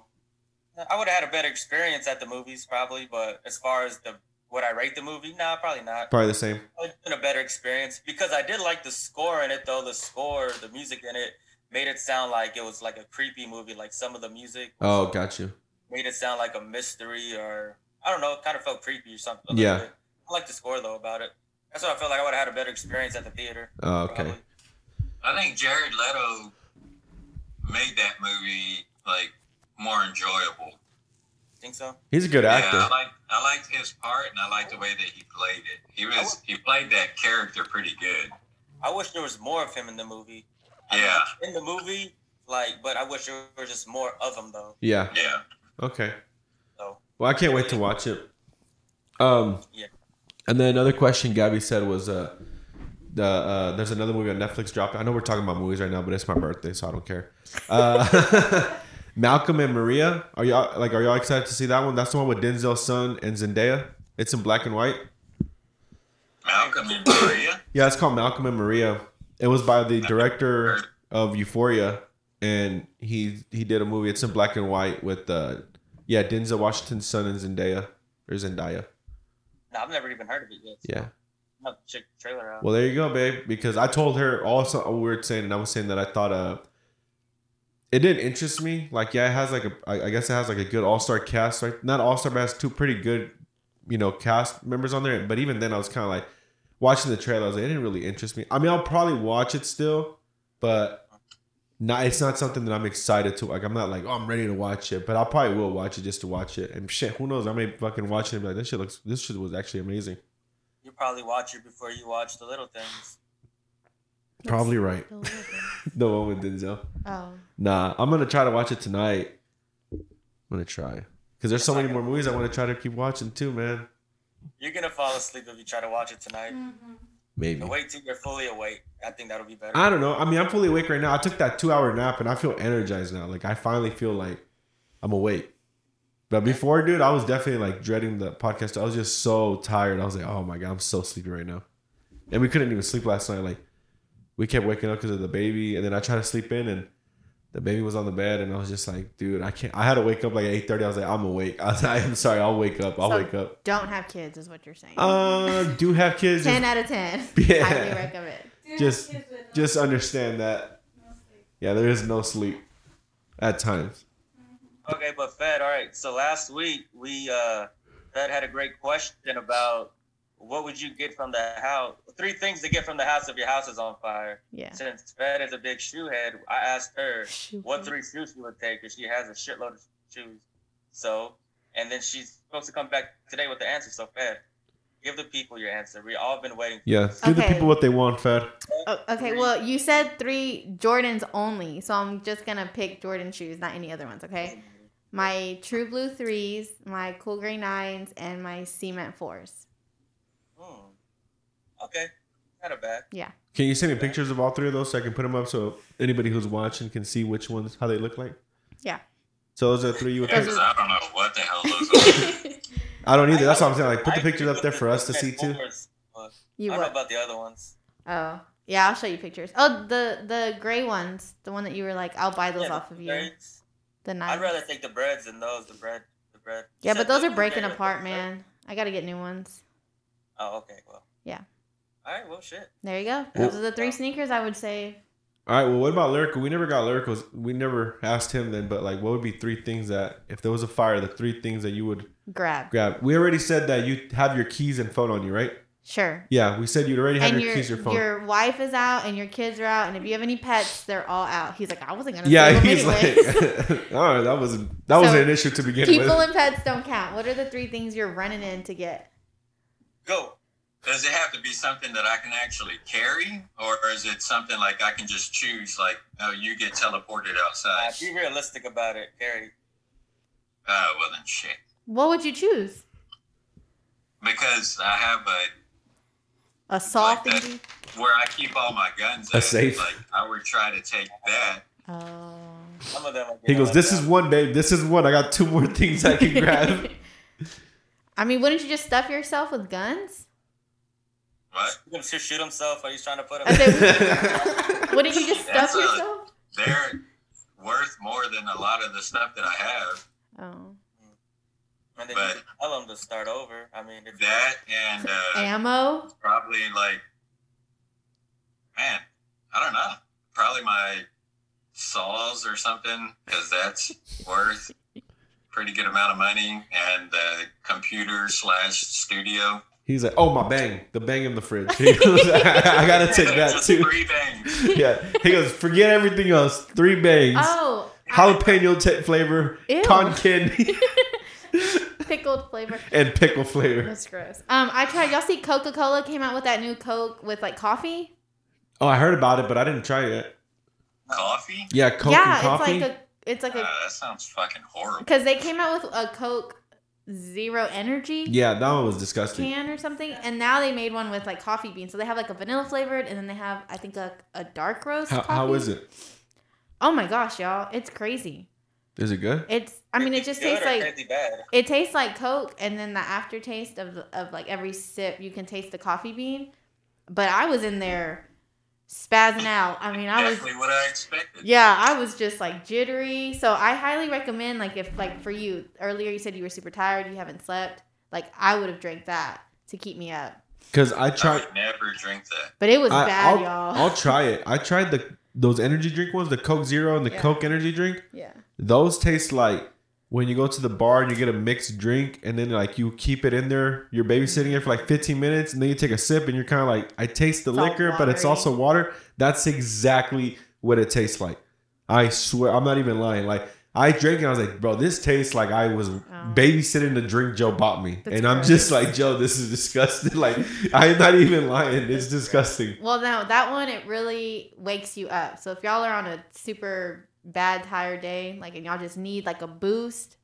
[SPEAKER 2] I would have had a better experience at the movies probably, but as far as the would I rate the movie? Nah, probably not.
[SPEAKER 3] Probably the same.
[SPEAKER 2] It's been a better experience because I did like the score in it though. The score, the music in it made it sound like it was like a creepy movie. Like some of the music
[SPEAKER 3] Oh, got you.
[SPEAKER 2] made it sound like a mystery or I don't know, it kind of felt creepy or something. a little
[SPEAKER 3] Yeah.
[SPEAKER 2] bit. I like the score though about it. That's why I felt like I would have had a better experience at the theater.
[SPEAKER 3] Oh, okay.
[SPEAKER 2] probably.
[SPEAKER 4] I think Jared Leto made that movie like more enjoyable.
[SPEAKER 2] Think so?
[SPEAKER 3] He's a good
[SPEAKER 4] Yeah, I
[SPEAKER 3] actor.
[SPEAKER 4] liked I liked his part and I liked the way that he played it. He was he played that character pretty good.
[SPEAKER 2] I wish there was more of him in the movie.
[SPEAKER 4] Yeah,
[SPEAKER 2] In the movie, like, but I wish there was just more of him though.
[SPEAKER 3] Yeah.
[SPEAKER 4] yeah.
[SPEAKER 3] Okay.
[SPEAKER 2] So
[SPEAKER 3] Well, I can't wait to watch it. Um,
[SPEAKER 2] Yeah.
[SPEAKER 3] and then another question Gabby said was, uh, the uh, there's another movie on Netflix dropping. I know we're talking about movies right now, but it's my birthday, so I don't care. Uh, Malcolm and Maria, are y'all like, are y'all excited to see that one? That's the one with Denzel's son and Zendaya. It's in black and white.
[SPEAKER 4] Malcolm and Maria.
[SPEAKER 3] Yeah, it's called Malcolm and Maria. It was by the director of Euphoria, and he he did a movie. It's in black and white with uh, yeah, Denzel Washington's son and Zendaya or Zendaya.
[SPEAKER 2] no, I've never even heard of it yet.
[SPEAKER 3] Yeah.
[SPEAKER 2] I'll have to check the trailer out.
[SPEAKER 3] Well, there you go, babe. Because I told her also we were saying, and I was saying that I thought uh, it didn't interest me. Like, yeah, it has like a, I I guess it has like a good all star cast, right? Not all star, but it has two pretty good, you know, cast members on there. But even then, I was kind of like watching the trailer. I was like, it didn't really interest me. I mean, I'll probably watch it still, but not. It's not something that I'm excited to like. I'm not like, oh, I'm ready to watch it. But I probably will watch it just to watch it. And shit, who knows? I may fucking watch it and be like, this shit looks, this shit was actually amazing.
[SPEAKER 2] You probably watch it before you watch the little things.
[SPEAKER 3] Probably right.
[SPEAKER 1] The little things.
[SPEAKER 3] The one with Denzel.
[SPEAKER 1] oh,
[SPEAKER 3] Nah, I'm gonna try to watch it tonight. I'm gonna try because there's so many more movies I want to try to keep watching too, man.
[SPEAKER 2] You're gonna fall asleep if you try to watch it tonight.
[SPEAKER 3] Maybe
[SPEAKER 2] But wait till you're fully awake. I think that'll be better.
[SPEAKER 3] I don't know. I mean, I'm fully awake right now. I took that two hour nap and I feel energized now. Like I finally feel like I'm awake. But before, dude, I was definitely like dreading the podcast. I was just so tired. I was like, oh my god, I'm so sleepy right now. And we couldn't even sleep last night. Like we kept waking up because of the baby, and then I tried to sleep in and. The baby was on the bed, and I was just like, "Dude, I can't." I had to wake up like eight thirty. I was like, "I'm awake." I was like, "I'm sorry, I'll wake up. I'll
[SPEAKER 1] So-
[SPEAKER 3] wake up."
[SPEAKER 1] don't have kids is what you're saying.
[SPEAKER 3] Uh, do have kids?
[SPEAKER 1] ten
[SPEAKER 3] Just,
[SPEAKER 1] out of ten.
[SPEAKER 3] Yeah.
[SPEAKER 1] Highly recommend.
[SPEAKER 3] just, just understand that. Yeah, there is no sleep at times.
[SPEAKER 2] Okay, but Fed, all right. So last week we uh Fed had a great question about what would you get from the house? Three things to get from the house if your house is on fire.
[SPEAKER 1] Yeah.
[SPEAKER 2] Since Fed is a big shoe head, I asked her
[SPEAKER 1] Shoe
[SPEAKER 2] what
[SPEAKER 1] head.
[SPEAKER 2] three shoes she would take because she has a shitload of shoes. So, and then she's supposed to come back today with the answer. So Fed, give the people your answer. We all been waiting. for
[SPEAKER 3] Yeah,
[SPEAKER 2] this.
[SPEAKER 3] give the
[SPEAKER 1] Okay.
[SPEAKER 3] people what they want, Fed.
[SPEAKER 1] Oh, okay, well, you said three Jordans only, so I'm just gonna pick Jordan shoes, not any other ones. Okay, my True Blue threes, my Cool Gray nines, and my Cement fours.
[SPEAKER 2] Hmm. Okay, not a bad.
[SPEAKER 1] Yeah,
[SPEAKER 3] Can you send me pictures of all three of those so I can put them up so anybody who's watching can see which ones how they look like?
[SPEAKER 1] yeah.
[SPEAKER 3] So those are the three you would
[SPEAKER 4] Yeah,
[SPEAKER 3] pick.
[SPEAKER 4] 'cause I don't know what the hell those are.
[SPEAKER 3] I don't either. That's what I'm saying. Like, put
[SPEAKER 2] I
[SPEAKER 3] the pictures
[SPEAKER 2] agree
[SPEAKER 3] up
[SPEAKER 2] with
[SPEAKER 3] there
[SPEAKER 2] the
[SPEAKER 3] for us to see too.
[SPEAKER 2] Transformers, but
[SPEAKER 1] You
[SPEAKER 2] I don't know
[SPEAKER 1] what?
[SPEAKER 2] about the other ones.
[SPEAKER 1] Oh, yeah. I'll show you pictures. Oh, the the gray ones, the one that you were like, I'll buy those
[SPEAKER 2] Yeah,
[SPEAKER 1] off
[SPEAKER 2] the
[SPEAKER 1] of you.
[SPEAKER 2] breads.
[SPEAKER 1] The nine.
[SPEAKER 2] I'd rather take the breads than those. The bread, the bread.
[SPEAKER 1] yeah,
[SPEAKER 2] You
[SPEAKER 1] but
[SPEAKER 2] said
[SPEAKER 1] those
[SPEAKER 2] the
[SPEAKER 1] are breaking
[SPEAKER 2] bread,
[SPEAKER 1] apart,
[SPEAKER 2] right?
[SPEAKER 1] man. I gotta get new ones.
[SPEAKER 2] Oh, okay. Well,
[SPEAKER 1] Yeah.
[SPEAKER 2] All right, well, shit.
[SPEAKER 1] There you go. Those are the three sneakers I would say.
[SPEAKER 3] All right. Well, what about lyrical? We never got lyricals. We never asked him then. But like, what would be three things that if there was a fire, the three things that you would
[SPEAKER 1] Grab.
[SPEAKER 3] grab? We already said that you have your keys and phone on you, right?
[SPEAKER 1] Sure.
[SPEAKER 3] Yeah, we said you'd already have
[SPEAKER 1] and
[SPEAKER 3] your
[SPEAKER 1] your
[SPEAKER 3] keys, your phone.
[SPEAKER 1] your wife is out and your kids are out and if you have any pets, they're all out. He's like, I wasn't gonna.
[SPEAKER 3] yeah,
[SPEAKER 1] save 'em
[SPEAKER 3] he's
[SPEAKER 1] anyways."
[SPEAKER 3] like, all right, that was that was
[SPEAKER 1] So,
[SPEAKER 3] an issue to begin with.
[SPEAKER 1] people and pets don't count. What are the three things you're running in to get?
[SPEAKER 2] Go.
[SPEAKER 4] Does it have to be something that I can actually carry, or is it something like I can just choose? Like, oh, you get teleported
[SPEAKER 2] Uh,
[SPEAKER 4] outside.
[SPEAKER 2] be realistic about it, Gary.
[SPEAKER 4] Oh, well then, shit.
[SPEAKER 1] What would you choose?
[SPEAKER 4] Because I have a
[SPEAKER 1] A saw
[SPEAKER 4] Like that.
[SPEAKER 1] thingy?
[SPEAKER 4] where I keep all my guns.
[SPEAKER 3] A
[SPEAKER 4] at,
[SPEAKER 3] safe.
[SPEAKER 4] Like, I would try to take that.
[SPEAKER 1] Oh.
[SPEAKER 2] Some of them. Are
[SPEAKER 3] He goes,
[SPEAKER 2] like
[SPEAKER 3] "This
[SPEAKER 2] that.
[SPEAKER 3] is one, babe. This is one. I got two more things I can grab."
[SPEAKER 1] I mean, wouldn't you just stuff yourself with guns?
[SPEAKER 4] What?
[SPEAKER 2] Shoot him- shoot shoot himself. Are you trying to put
[SPEAKER 1] I
[SPEAKER 2] him?
[SPEAKER 1] said, wouldn't you just stuff
[SPEAKER 4] That's a-
[SPEAKER 1] yourself?
[SPEAKER 4] They're worth more than a lot of the stuff that I have.
[SPEAKER 1] Oh.
[SPEAKER 2] and then you
[SPEAKER 4] but-
[SPEAKER 2] can tell him to start over. I mean, if
[SPEAKER 4] That and uh,
[SPEAKER 1] Ammo?
[SPEAKER 4] probably like, man, I don't know. Probably my saws or something because that's worth pretty good amount of money and the computer slash studio.
[SPEAKER 3] He's like, "Oh my bang, the bang in the fridge." He goes, "I gotta take that
[SPEAKER 4] Just
[SPEAKER 3] too."
[SPEAKER 4] Three bangs.
[SPEAKER 3] Yeah, he goes, "Forget everything else. Three bangs,
[SPEAKER 1] Oh.
[SPEAKER 3] jalapeno tip flavor,
[SPEAKER 1] Ew.
[SPEAKER 3] con candy,
[SPEAKER 1] Pickled flavor.
[SPEAKER 3] and pickle flavor."
[SPEAKER 1] That's gross. Um, I tried. Y'all see Coca Cola came out with that new Coke with like coffee?
[SPEAKER 3] Oh, I heard about it, but I didn't try it.
[SPEAKER 4] Coffee.
[SPEAKER 3] Yeah, coke
[SPEAKER 1] yeah,
[SPEAKER 3] and coffee.
[SPEAKER 1] it's like a. It's like
[SPEAKER 4] Uh,
[SPEAKER 1] a.
[SPEAKER 4] that sounds fucking horrible.
[SPEAKER 1] Because they came out with a Coke Zero Energy.
[SPEAKER 3] yeah, that one was disgusting.
[SPEAKER 1] can or something, and now they made one with like coffee beans. So they have like a vanilla flavored, and then they have I think a, a dark roast.
[SPEAKER 3] How,
[SPEAKER 1] coffee.
[SPEAKER 3] how is it?
[SPEAKER 1] Oh my gosh, y'all, it's crazy.
[SPEAKER 3] Is it good?
[SPEAKER 1] It's I mean, it just
[SPEAKER 2] Good
[SPEAKER 1] tastes
[SPEAKER 2] or
[SPEAKER 1] like
[SPEAKER 2] crazy bad.
[SPEAKER 1] it tastes like Coke, and then the aftertaste of of like every sip, you can taste the coffee bean. But I was in there spazzing out. I mean, I was
[SPEAKER 4] Exactly what I expected.
[SPEAKER 1] yeah, I was just like jittery. So I highly recommend like if like for you earlier you said you were super tired, you haven't slept. Like I would have drank that to keep me up.
[SPEAKER 3] Because I
[SPEAKER 4] I
[SPEAKER 3] tried.
[SPEAKER 4] would never drink that.
[SPEAKER 1] But it was
[SPEAKER 3] I,
[SPEAKER 1] bad,
[SPEAKER 3] will
[SPEAKER 1] y'all.
[SPEAKER 3] I'll try it. I tried the those energy drink ones, the Coke Zero and the
[SPEAKER 1] Yeah.
[SPEAKER 3] Coke Energy drink.
[SPEAKER 1] yeah.
[SPEAKER 3] Those taste like when you go to the bar and you get a mixed drink, and then like you keep it in there. You're babysitting it for like 15 minutes, and then you take a sip, and you're kind of like, I taste the
[SPEAKER 1] It's all
[SPEAKER 3] liquor, but it's
[SPEAKER 1] watery.
[SPEAKER 3] also water. That's exactly what it tastes like. I swear, I'm not even lying. Like. I drank it. I was like, bro, this tastes like I was babysitting the drink Joe bought me,
[SPEAKER 1] That's
[SPEAKER 3] and I'm
[SPEAKER 1] gross.
[SPEAKER 3] just like, Joe, this is disgusting. Like, I'm not even lying. It's disgusting.
[SPEAKER 1] Well, no, that one it really wakes you up. So if y'all are on a super bad tired day, like and y'all just need like a boost.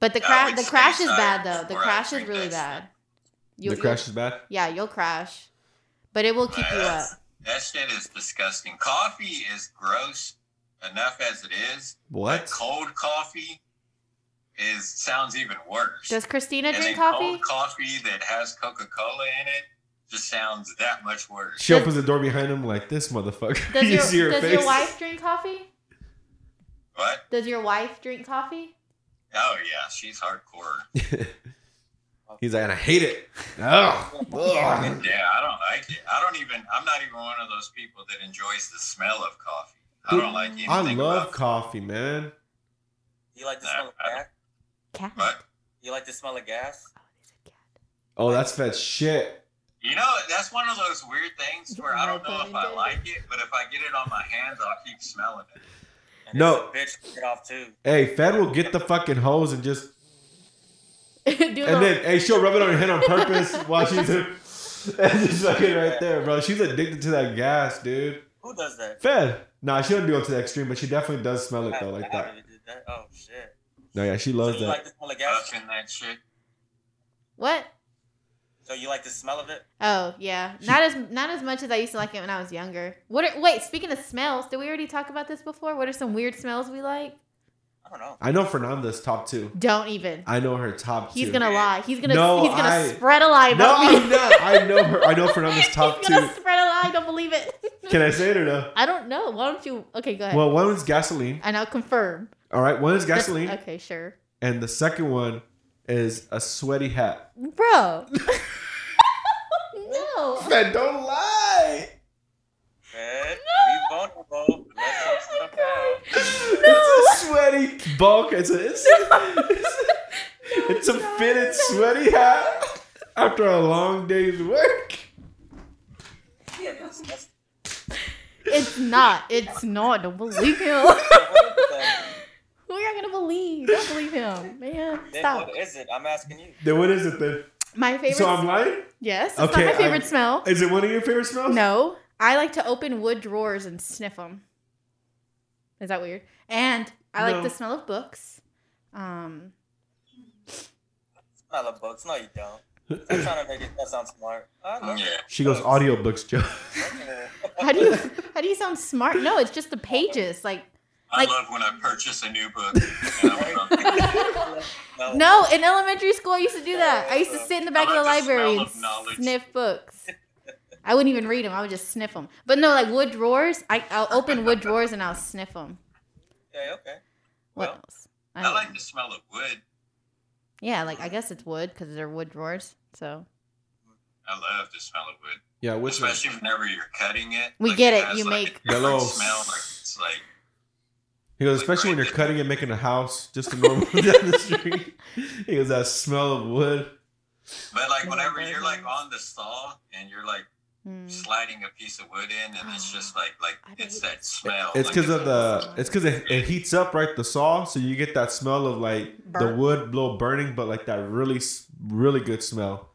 [SPEAKER 1] But the
[SPEAKER 4] I
[SPEAKER 1] crash
[SPEAKER 4] would
[SPEAKER 1] the
[SPEAKER 4] stay
[SPEAKER 1] crash is bad
[SPEAKER 4] tired
[SPEAKER 1] though. The
[SPEAKER 4] before I
[SPEAKER 1] crash is
[SPEAKER 4] drink
[SPEAKER 1] really
[SPEAKER 4] that
[SPEAKER 1] bad. You,
[SPEAKER 3] the crash is bad.
[SPEAKER 1] Yeah, you'll crash, but it will keep you up.
[SPEAKER 4] Yes. That shit is disgusting. Coffee is gross enough as it is.
[SPEAKER 3] What?
[SPEAKER 4] Cold coffee is sounds even worse.
[SPEAKER 1] Does Christina
[SPEAKER 4] and then
[SPEAKER 1] drink coffee?
[SPEAKER 4] cold coffee that has Coca Cola in it just sounds that much worse.
[SPEAKER 3] She opens the door behind him like this motherfucker.
[SPEAKER 1] Does
[SPEAKER 3] you see
[SPEAKER 1] your
[SPEAKER 3] her
[SPEAKER 1] does
[SPEAKER 3] face.
[SPEAKER 1] your wife drink coffee?
[SPEAKER 4] What?
[SPEAKER 1] Does your wife drink coffee?
[SPEAKER 4] Oh yeah, she's hardcore.
[SPEAKER 3] He's like, and I hate it. Ugh.
[SPEAKER 4] yeah,
[SPEAKER 3] Ugh.
[SPEAKER 4] I don't like it. I don't even. I'm not even one of those people that enjoys the smell of coffee. I
[SPEAKER 3] Dude,
[SPEAKER 4] don't like anything.
[SPEAKER 3] I love
[SPEAKER 4] about-
[SPEAKER 3] coffee, man.
[SPEAKER 2] You like to
[SPEAKER 4] Nah,
[SPEAKER 2] smell of
[SPEAKER 4] I don't-
[SPEAKER 2] gas?
[SPEAKER 1] Cat.
[SPEAKER 4] What?
[SPEAKER 2] You like to smell of gas?
[SPEAKER 1] Oh, they said cat.
[SPEAKER 3] Oh, that's fat shit.
[SPEAKER 4] You know, that's one of those weird things where I
[SPEAKER 1] No
[SPEAKER 4] don't know
[SPEAKER 1] pun
[SPEAKER 4] if I
[SPEAKER 1] intended.
[SPEAKER 4] like it, but if I get it on my hands, I'll keep smelling it.
[SPEAKER 2] And
[SPEAKER 3] No.
[SPEAKER 2] it's a bitch, to get off too.
[SPEAKER 3] Hey, Fed will get the fucking hose and just
[SPEAKER 1] Do the-
[SPEAKER 3] and then hey, she'll rub it on her head on purpose while she's in, and just fucking right there, bro. She's addicted to that gas, dude.
[SPEAKER 2] Who does that?
[SPEAKER 3] Fed. Nah, she doesn't do it to the extreme, but she definitely does smell it
[SPEAKER 2] I-
[SPEAKER 3] though,
[SPEAKER 2] I
[SPEAKER 3] like that.
[SPEAKER 2] really did that. Oh shit.
[SPEAKER 3] No, yeah, she
[SPEAKER 2] So
[SPEAKER 3] loves
[SPEAKER 2] you like
[SPEAKER 3] that.
[SPEAKER 2] to smell of gas?
[SPEAKER 4] Puffing that shit.
[SPEAKER 1] what?
[SPEAKER 2] So you like the smell of it?
[SPEAKER 1] Oh yeah, not as not as much as I used to like it when I was younger. What? Are, wait, speaking of smells, did we already talk about this before? What are some weird smells we like?
[SPEAKER 2] I don't know.
[SPEAKER 3] I know Fernanda's top two.
[SPEAKER 1] Don't even.
[SPEAKER 3] I know her top two.
[SPEAKER 1] He's gonna lie. He's gonna
[SPEAKER 3] No,
[SPEAKER 1] he's gonna
[SPEAKER 3] I-
[SPEAKER 1] spread a lie
[SPEAKER 3] No,
[SPEAKER 1] about
[SPEAKER 3] I'm
[SPEAKER 1] me.
[SPEAKER 3] not. I know her. I know Fernanda's top
[SPEAKER 1] he's
[SPEAKER 3] two.
[SPEAKER 1] gonna spread a lie. Don't believe it.
[SPEAKER 3] Can I say it or no?
[SPEAKER 1] I don't know. Why don't you? Okay, go ahead.
[SPEAKER 3] Well, one is gasoline.
[SPEAKER 1] and I'll confirm.
[SPEAKER 3] All right, one is gasoline,
[SPEAKER 1] Okay, sure,
[SPEAKER 3] and the second one is a sweaty hat.
[SPEAKER 1] bro. no.
[SPEAKER 3] man don't lie.
[SPEAKER 2] Good. Be vulnerable. Let
[SPEAKER 1] Oh
[SPEAKER 2] some stuff out.
[SPEAKER 3] It's a sweaty bulk. It's a it's, it's a fitted sweaty hat after a long day's work.
[SPEAKER 2] Yeah, that's, that's
[SPEAKER 1] It's not. It's not. Don't believe him.
[SPEAKER 2] the whole thing.
[SPEAKER 1] Who are you gonna believe? Don't believe him, man.
[SPEAKER 2] Then
[SPEAKER 1] Stop.
[SPEAKER 2] what is it? I'm asking you.
[SPEAKER 3] Then what is it then?
[SPEAKER 1] My favorite.
[SPEAKER 3] So I'm lying.
[SPEAKER 1] yes, it's
[SPEAKER 3] Okay,
[SPEAKER 1] not my favorite
[SPEAKER 3] I'm-
[SPEAKER 1] smell.
[SPEAKER 3] Is it one of your favorite smells?
[SPEAKER 1] No, I like to open wood drawers and sniff them. Is that weird? And I like
[SPEAKER 3] No.
[SPEAKER 1] the smell of books. Um,
[SPEAKER 2] I love books. No, you don't. I'm trying to make it that sound smart. I love
[SPEAKER 4] Yeah.
[SPEAKER 3] She goes audiobooks, Joe.
[SPEAKER 2] it.
[SPEAKER 1] how do you how do you sound smart? No, it's just the pages. Like
[SPEAKER 4] I
[SPEAKER 1] Like-
[SPEAKER 4] love when I purchase a new book. And I'm, I'm,
[SPEAKER 2] No.
[SPEAKER 1] no, in elementary school I used to do that. I used to sit in the back of the
[SPEAKER 4] I like the smell
[SPEAKER 1] library and
[SPEAKER 4] of knowledge.
[SPEAKER 1] sniff books. I wouldn't even read them. I would just sniff them. But no, like wood drawers. I, I'll open wood drawers and I'll sniff them.
[SPEAKER 2] Yeah, okay.
[SPEAKER 1] What
[SPEAKER 2] Well,
[SPEAKER 1] else?
[SPEAKER 4] I
[SPEAKER 1] I-
[SPEAKER 4] like the smell of wood.
[SPEAKER 1] yeah, like I guess it's wood because they're wood drawers. So
[SPEAKER 4] I love the smell of wood,
[SPEAKER 3] Yeah, what's that?
[SPEAKER 4] especially whenever you're cutting it.
[SPEAKER 1] We
[SPEAKER 4] Like,
[SPEAKER 1] get it,
[SPEAKER 4] has,
[SPEAKER 1] you
[SPEAKER 4] like,
[SPEAKER 1] make-
[SPEAKER 4] a different
[SPEAKER 3] Hello.
[SPEAKER 4] smell. Like, it's like
[SPEAKER 3] He goes, especially when you're cutting and making a house, just a normal down the street. He goes, that smell of wood.
[SPEAKER 4] But like
[SPEAKER 1] Yeah,
[SPEAKER 4] whenever
[SPEAKER 1] those
[SPEAKER 4] you're like
[SPEAKER 1] ones.
[SPEAKER 4] on the saw and you're like
[SPEAKER 1] hmm.
[SPEAKER 4] sliding a piece of wood in, and it's just like like
[SPEAKER 1] I
[SPEAKER 4] it's
[SPEAKER 1] hate
[SPEAKER 4] that smell.
[SPEAKER 3] It's
[SPEAKER 4] like,
[SPEAKER 3] because of the. It's because it, it heats up right the saw, so you get that smell of like the
[SPEAKER 1] Burnt.
[SPEAKER 3] wood blow burning, but like that really, s- really good smell.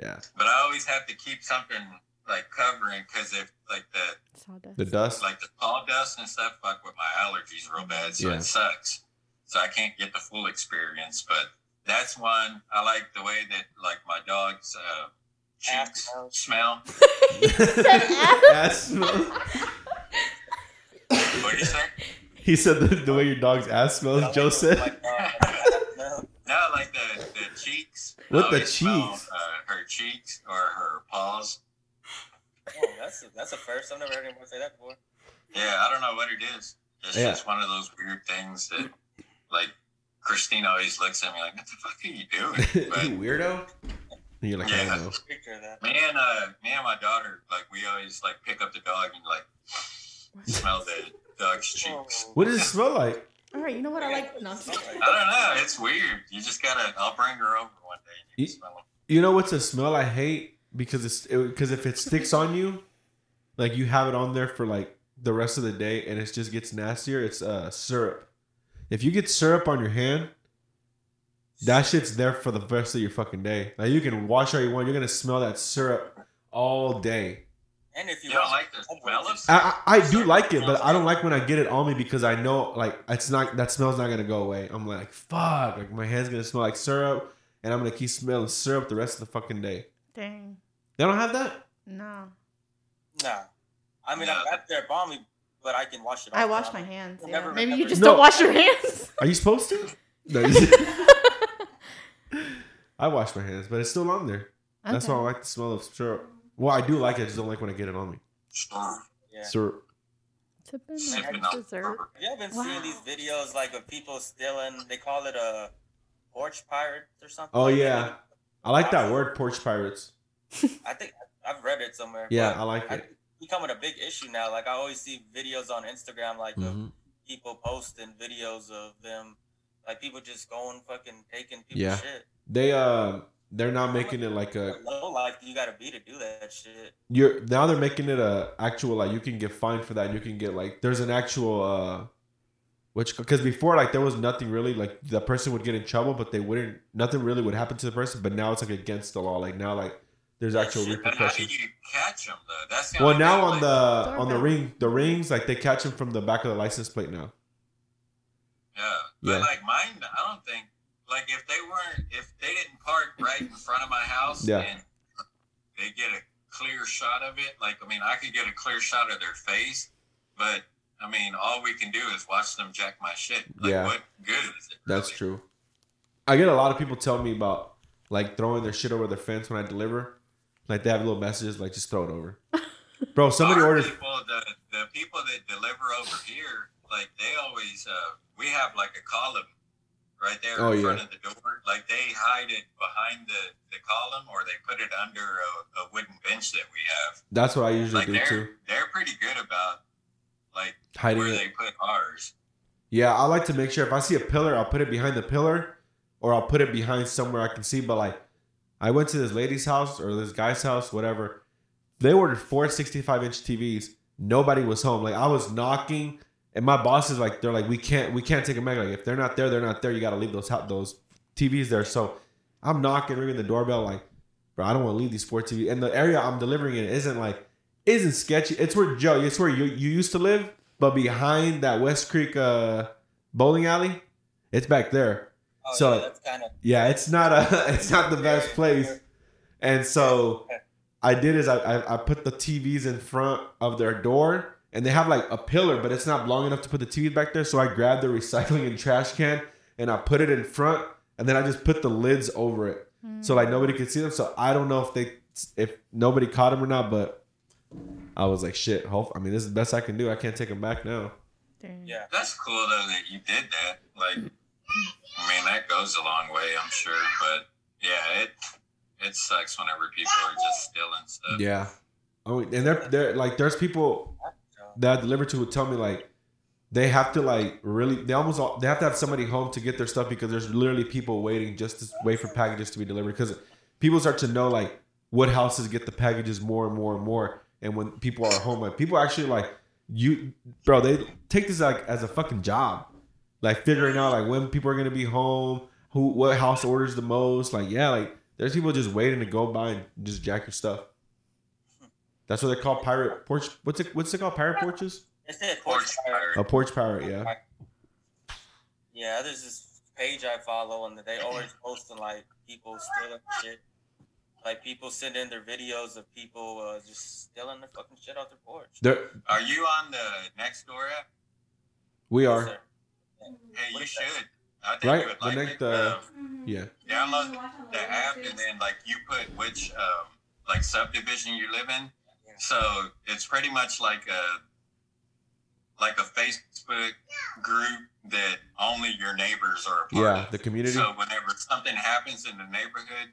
[SPEAKER 3] Yeah,
[SPEAKER 4] But I always have to keep something like covering because if like the
[SPEAKER 3] the dust.
[SPEAKER 4] like the sawdust and stuff fuck with my allergies real bad, so
[SPEAKER 3] Yeah.
[SPEAKER 4] it sucks. So I can't get the full experience. But that's one I like the way that like my dog's uh, cheeks
[SPEAKER 2] Ass
[SPEAKER 4] smell.
[SPEAKER 3] That smell.
[SPEAKER 4] What do you say?
[SPEAKER 3] He said the, the way your dog's ass smells. Joe said,
[SPEAKER 2] Like, uh, no.
[SPEAKER 4] No, like the, the cheeks. I
[SPEAKER 3] What the
[SPEAKER 4] always smell,
[SPEAKER 3] cheeks?
[SPEAKER 4] uh, her cheeks or her paws.
[SPEAKER 2] Oh, that's a, that's a first. I've never heard anyone say that before.
[SPEAKER 4] Yeah, I don't know what it is. It's
[SPEAKER 3] Yeah.
[SPEAKER 4] just one of those weird things that, like, Christina always looks at me like, "What the fuck are you
[SPEAKER 3] "You
[SPEAKER 4] doing?" But
[SPEAKER 3] weirdo." And you're like, I don't know.
[SPEAKER 2] Picture that.
[SPEAKER 4] me and uh, me and my daughter, like, we always like pick up the dog and like smell the dog's cheeks.
[SPEAKER 2] Oh.
[SPEAKER 3] What does it smell like?
[SPEAKER 1] All right, you know what I like? No,
[SPEAKER 4] I don't know. It's weird. You just gotta. I'll bring her over one day. And you
[SPEAKER 3] Ye-
[SPEAKER 4] can smell 'em.
[SPEAKER 3] You know what's a smell I hate because it's because if it sticks on you, like you have it on there for like the rest of the day, and it just gets nastier. It's uh syrup. If you get syrup on your hand, that shit's there for the rest of your fucking day. Like you can wash all you want, you're gonna smell that syrup all day.
[SPEAKER 2] And if you,
[SPEAKER 4] You don't
[SPEAKER 2] watch-
[SPEAKER 4] like the smell of
[SPEAKER 2] That's
[SPEAKER 3] I, I I do like it, but I don't like when I get it on me because I know like it's not that smell's not gonna go away. I'm like fuck, like my hand's gonna smell like syrup, and I'm gonna keep smelling syrup the rest of the fucking day.
[SPEAKER 1] Dang.
[SPEAKER 3] They don't have that.
[SPEAKER 1] No.
[SPEAKER 2] Nah. I mean, I'm
[SPEAKER 4] No.
[SPEAKER 2] up there balmy, but I can wash it. off.
[SPEAKER 1] I wash my
[SPEAKER 2] I'm-
[SPEAKER 1] hands.
[SPEAKER 2] You'll
[SPEAKER 1] yeah.
[SPEAKER 2] never
[SPEAKER 1] Maybe you
[SPEAKER 2] remember.
[SPEAKER 1] just
[SPEAKER 3] No.
[SPEAKER 1] don't wash your hands.
[SPEAKER 3] Are you supposed to? No. I wash my hands, but it's still on there. That's why I like the smell of syrup. Well, I do like it. I just don't like when I get it on me.
[SPEAKER 2] Yeah.
[SPEAKER 3] Syrup.
[SPEAKER 4] sipping on rubber.
[SPEAKER 2] Have you ever been
[SPEAKER 1] Wow.
[SPEAKER 2] seeing these videos like of people stealing? They call it a porch pirate or something.
[SPEAKER 3] Oh
[SPEAKER 2] like
[SPEAKER 3] yeah,
[SPEAKER 2] that?
[SPEAKER 3] I like that word, porch pirates.
[SPEAKER 2] I think I've read it somewhere.
[SPEAKER 3] Yeah,
[SPEAKER 2] but
[SPEAKER 3] I like
[SPEAKER 2] I
[SPEAKER 3] it.
[SPEAKER 2] think it's becoming a big issue now. Like I always see videos on Instagram, like of
[SPEAKER 3] Mhm.
[SPEAKER 2] people posting videos of them, like people just going fucking taking people's
[SPEAKER 3] Yeah.
[SPEAKER 2] shit.
[SPEAKER 3] They uh, they're not making it like a.
[SPEAKER 2] Low life, you gotta be to do that shit.
[SPEAKER 3] You're now they're making it a actual like you can get fined for that. and You can get like there's an actual uh, which because before like there was nothing really like the person would get in trouble, but they wouldn't. Nothing really would happen to the person, but now it's like against the law. Like now like there's actual
[SPEAKER 4] But how do
[SPEAKER 3] repercussions.
[SPEAKER 4] you catch them though? That's the
[SPEAKER 3] Well,
[SPEAKER 4] only
[SPEAKER 3] now
[SPEAKER 4] thing,
[SPEAKER 3] on
[SPEAKER 4] like-
[SPEAKER 3] the on the
[SPEAKER 1] Doorbell.
[SPEAKER 3] ring, the rings like they catch them from the back of the license plate now.
[SPEAKER 4] Yeah, but
[SPEAKER 3] Yeah.
[SPEAKER 4] like mine, I don't think like if they weren't if they didn't park right in front of my house,
[SPEAKER 3] Yeah.
[SPEAKER 4] and they get a clear shot of it. Like I mean, I could get a clear shot of their face, but I mean, all we can do is watch them jack my shit. Like,
[SPEAKER 3] Yeah.
[SPEAKER 4] what good is it?
[SPEAKER 3] That's
[SPEAKER 4] really?
[SPEAKER 3] true. I get a lot of people tell me about like throwing their shit over their fence when I deliver. Like they have little messages like just throw it over. Bro, somebody
[SPEAKER 4] Our
[SPEAKER 3] orders.
[SPEAKER 4] people, the the people that deliver over here, like they always uh, we have like a column right there
[SPEAKER 3] Oh,
[SPEAKER 4] in
[SPEAKER 3] yeah.
[SPEAKER 4] front of the door. Like they hide it behind the, the column or they put it under a, a wooden bench that we have.
[SPEAKER 3] That's what I usually
[SPEAKER 4] Like
[SPEAKER 3] do
[SPEAKER 4] they're
[SPEAKER 3] too.
[SPEAKER 4] they're pretty good about like
[SPEAKER 3] Hiding
[SPEAKER 4] where
[SPEAKER 3] it.
[SPEAKER 4] they put ours.
[SPEAKER 3] Yeah, I like to make sure if I see a pillar, I'll put it behind the pillar or I'll put it behind somewhere I can see. But like, I went to this lady's house or this guy's house, whatever. They ordered four 65 inch TVs. Nobody was home. Like, I was knocking, and my boss is like, they're like, we can't, we can't take them back. Like, if they're not there, they're not there. You got to leave those hou- those TVs there. So I'm knocking, ringing the doorbell, like, bro, I don't want to leave these four TVs. And the area I'm delivering in isn't like, isn't sketchy. It's where Joe, it's where you, you used to live, but behind that West Creek uh, bowling alley, it's back there.
[SPEAKER 2] Oh,
[SPEAKER 3] So-
[SPEAKER 2] yeah, that's kind of
[SPEAKER 3] Yeah, it's not a, it's not the best place. And so I did is I, I, I put the TVs in front of their door, and they have like a pillar, but it's not long enough to put the TV back there. So I grabbed the recycling and trash can, and I put it in front, and then I just put the lids over it,
[SPEAKER 1] Hmm,
[SPEAKER 3] so like nobody could see them. So I don't know if they if nobody caught them or not, but I was like, shit. Hope I mean this is the best I can do. I can't take them back now.
[SPEAKER 1] Damn.
[SPEAKER 2] yeah.
[SPEAKER 4] That's cool though that you did that. Like, I mean, that goes a long way, I'm sure. But yeah, it it sucks whenever people are just stealing stuff.
[SPEAKER 3] Yeah. Oh, and they're, they're like, there's people that I deliver to would tell me like, they have to like really, they almost all, they have to have somebody home to get their stuff because there's literally people waiting just to wait for packages to be delivered because people start to know like what houses get the packages more and more and more, and when people are home, like people actually like you, bro, they take this like as a fucking job, like figuring out like when people are gonna be home, who what house orders the most, like yeah, like there's people just waiting to go by and just jack your stuff. That's what they call pirate porch. What's it? What's it called? Pirate porches?
[SPEAKER 2] It's the
[SPEAKER 4] Porch
[SPEAKER 2] porch pirate.
[SPEAKER 4] pirate.
[SPEAKER 3] A porch pirate, yeah.
[SPEAKER 2] Yeah, there's this page I follow, and they always posting like people stealing shit. Like people send in their videos of people uh, just stealing the fucking shit off their porch.
[SPEAKER 3] There,
[SPEAKER 4] Are you on the next door app?
[SPEAKER 3] we
[SPEAKER 2] Yes,
[SPEAKER 3] are.
[SPEAKER 2] sir.
[SPEAKER 4] Hey,
[SPEAKER 2] What
[SPEAKER 4] you
[SPEAKER 2] is that?
[SPEAKER 4] should. I think
[SPEAKER 3] Right,
[SPEAKER 4] you would
[SPEAKER 3] the
[SPEAKER 4] like
[SPEAKER 3] next,
[SPEAKER 4] it.
[SPEAKER 3] uh,
[SPEAKER 4] Um,
[SPEAKER 3] Yeah,
[SPEAKER 4] download the app and then like you put which um, like subdivision you live in. So it's pretty much like a like a Facebook group that only your neighbors are a part
[SPEAKER 3] yeah.
[SPEAKER 4] of.
[SPEAKER 3] The community.
[SPEAKER 4] So whenever something happens in the neighborhood,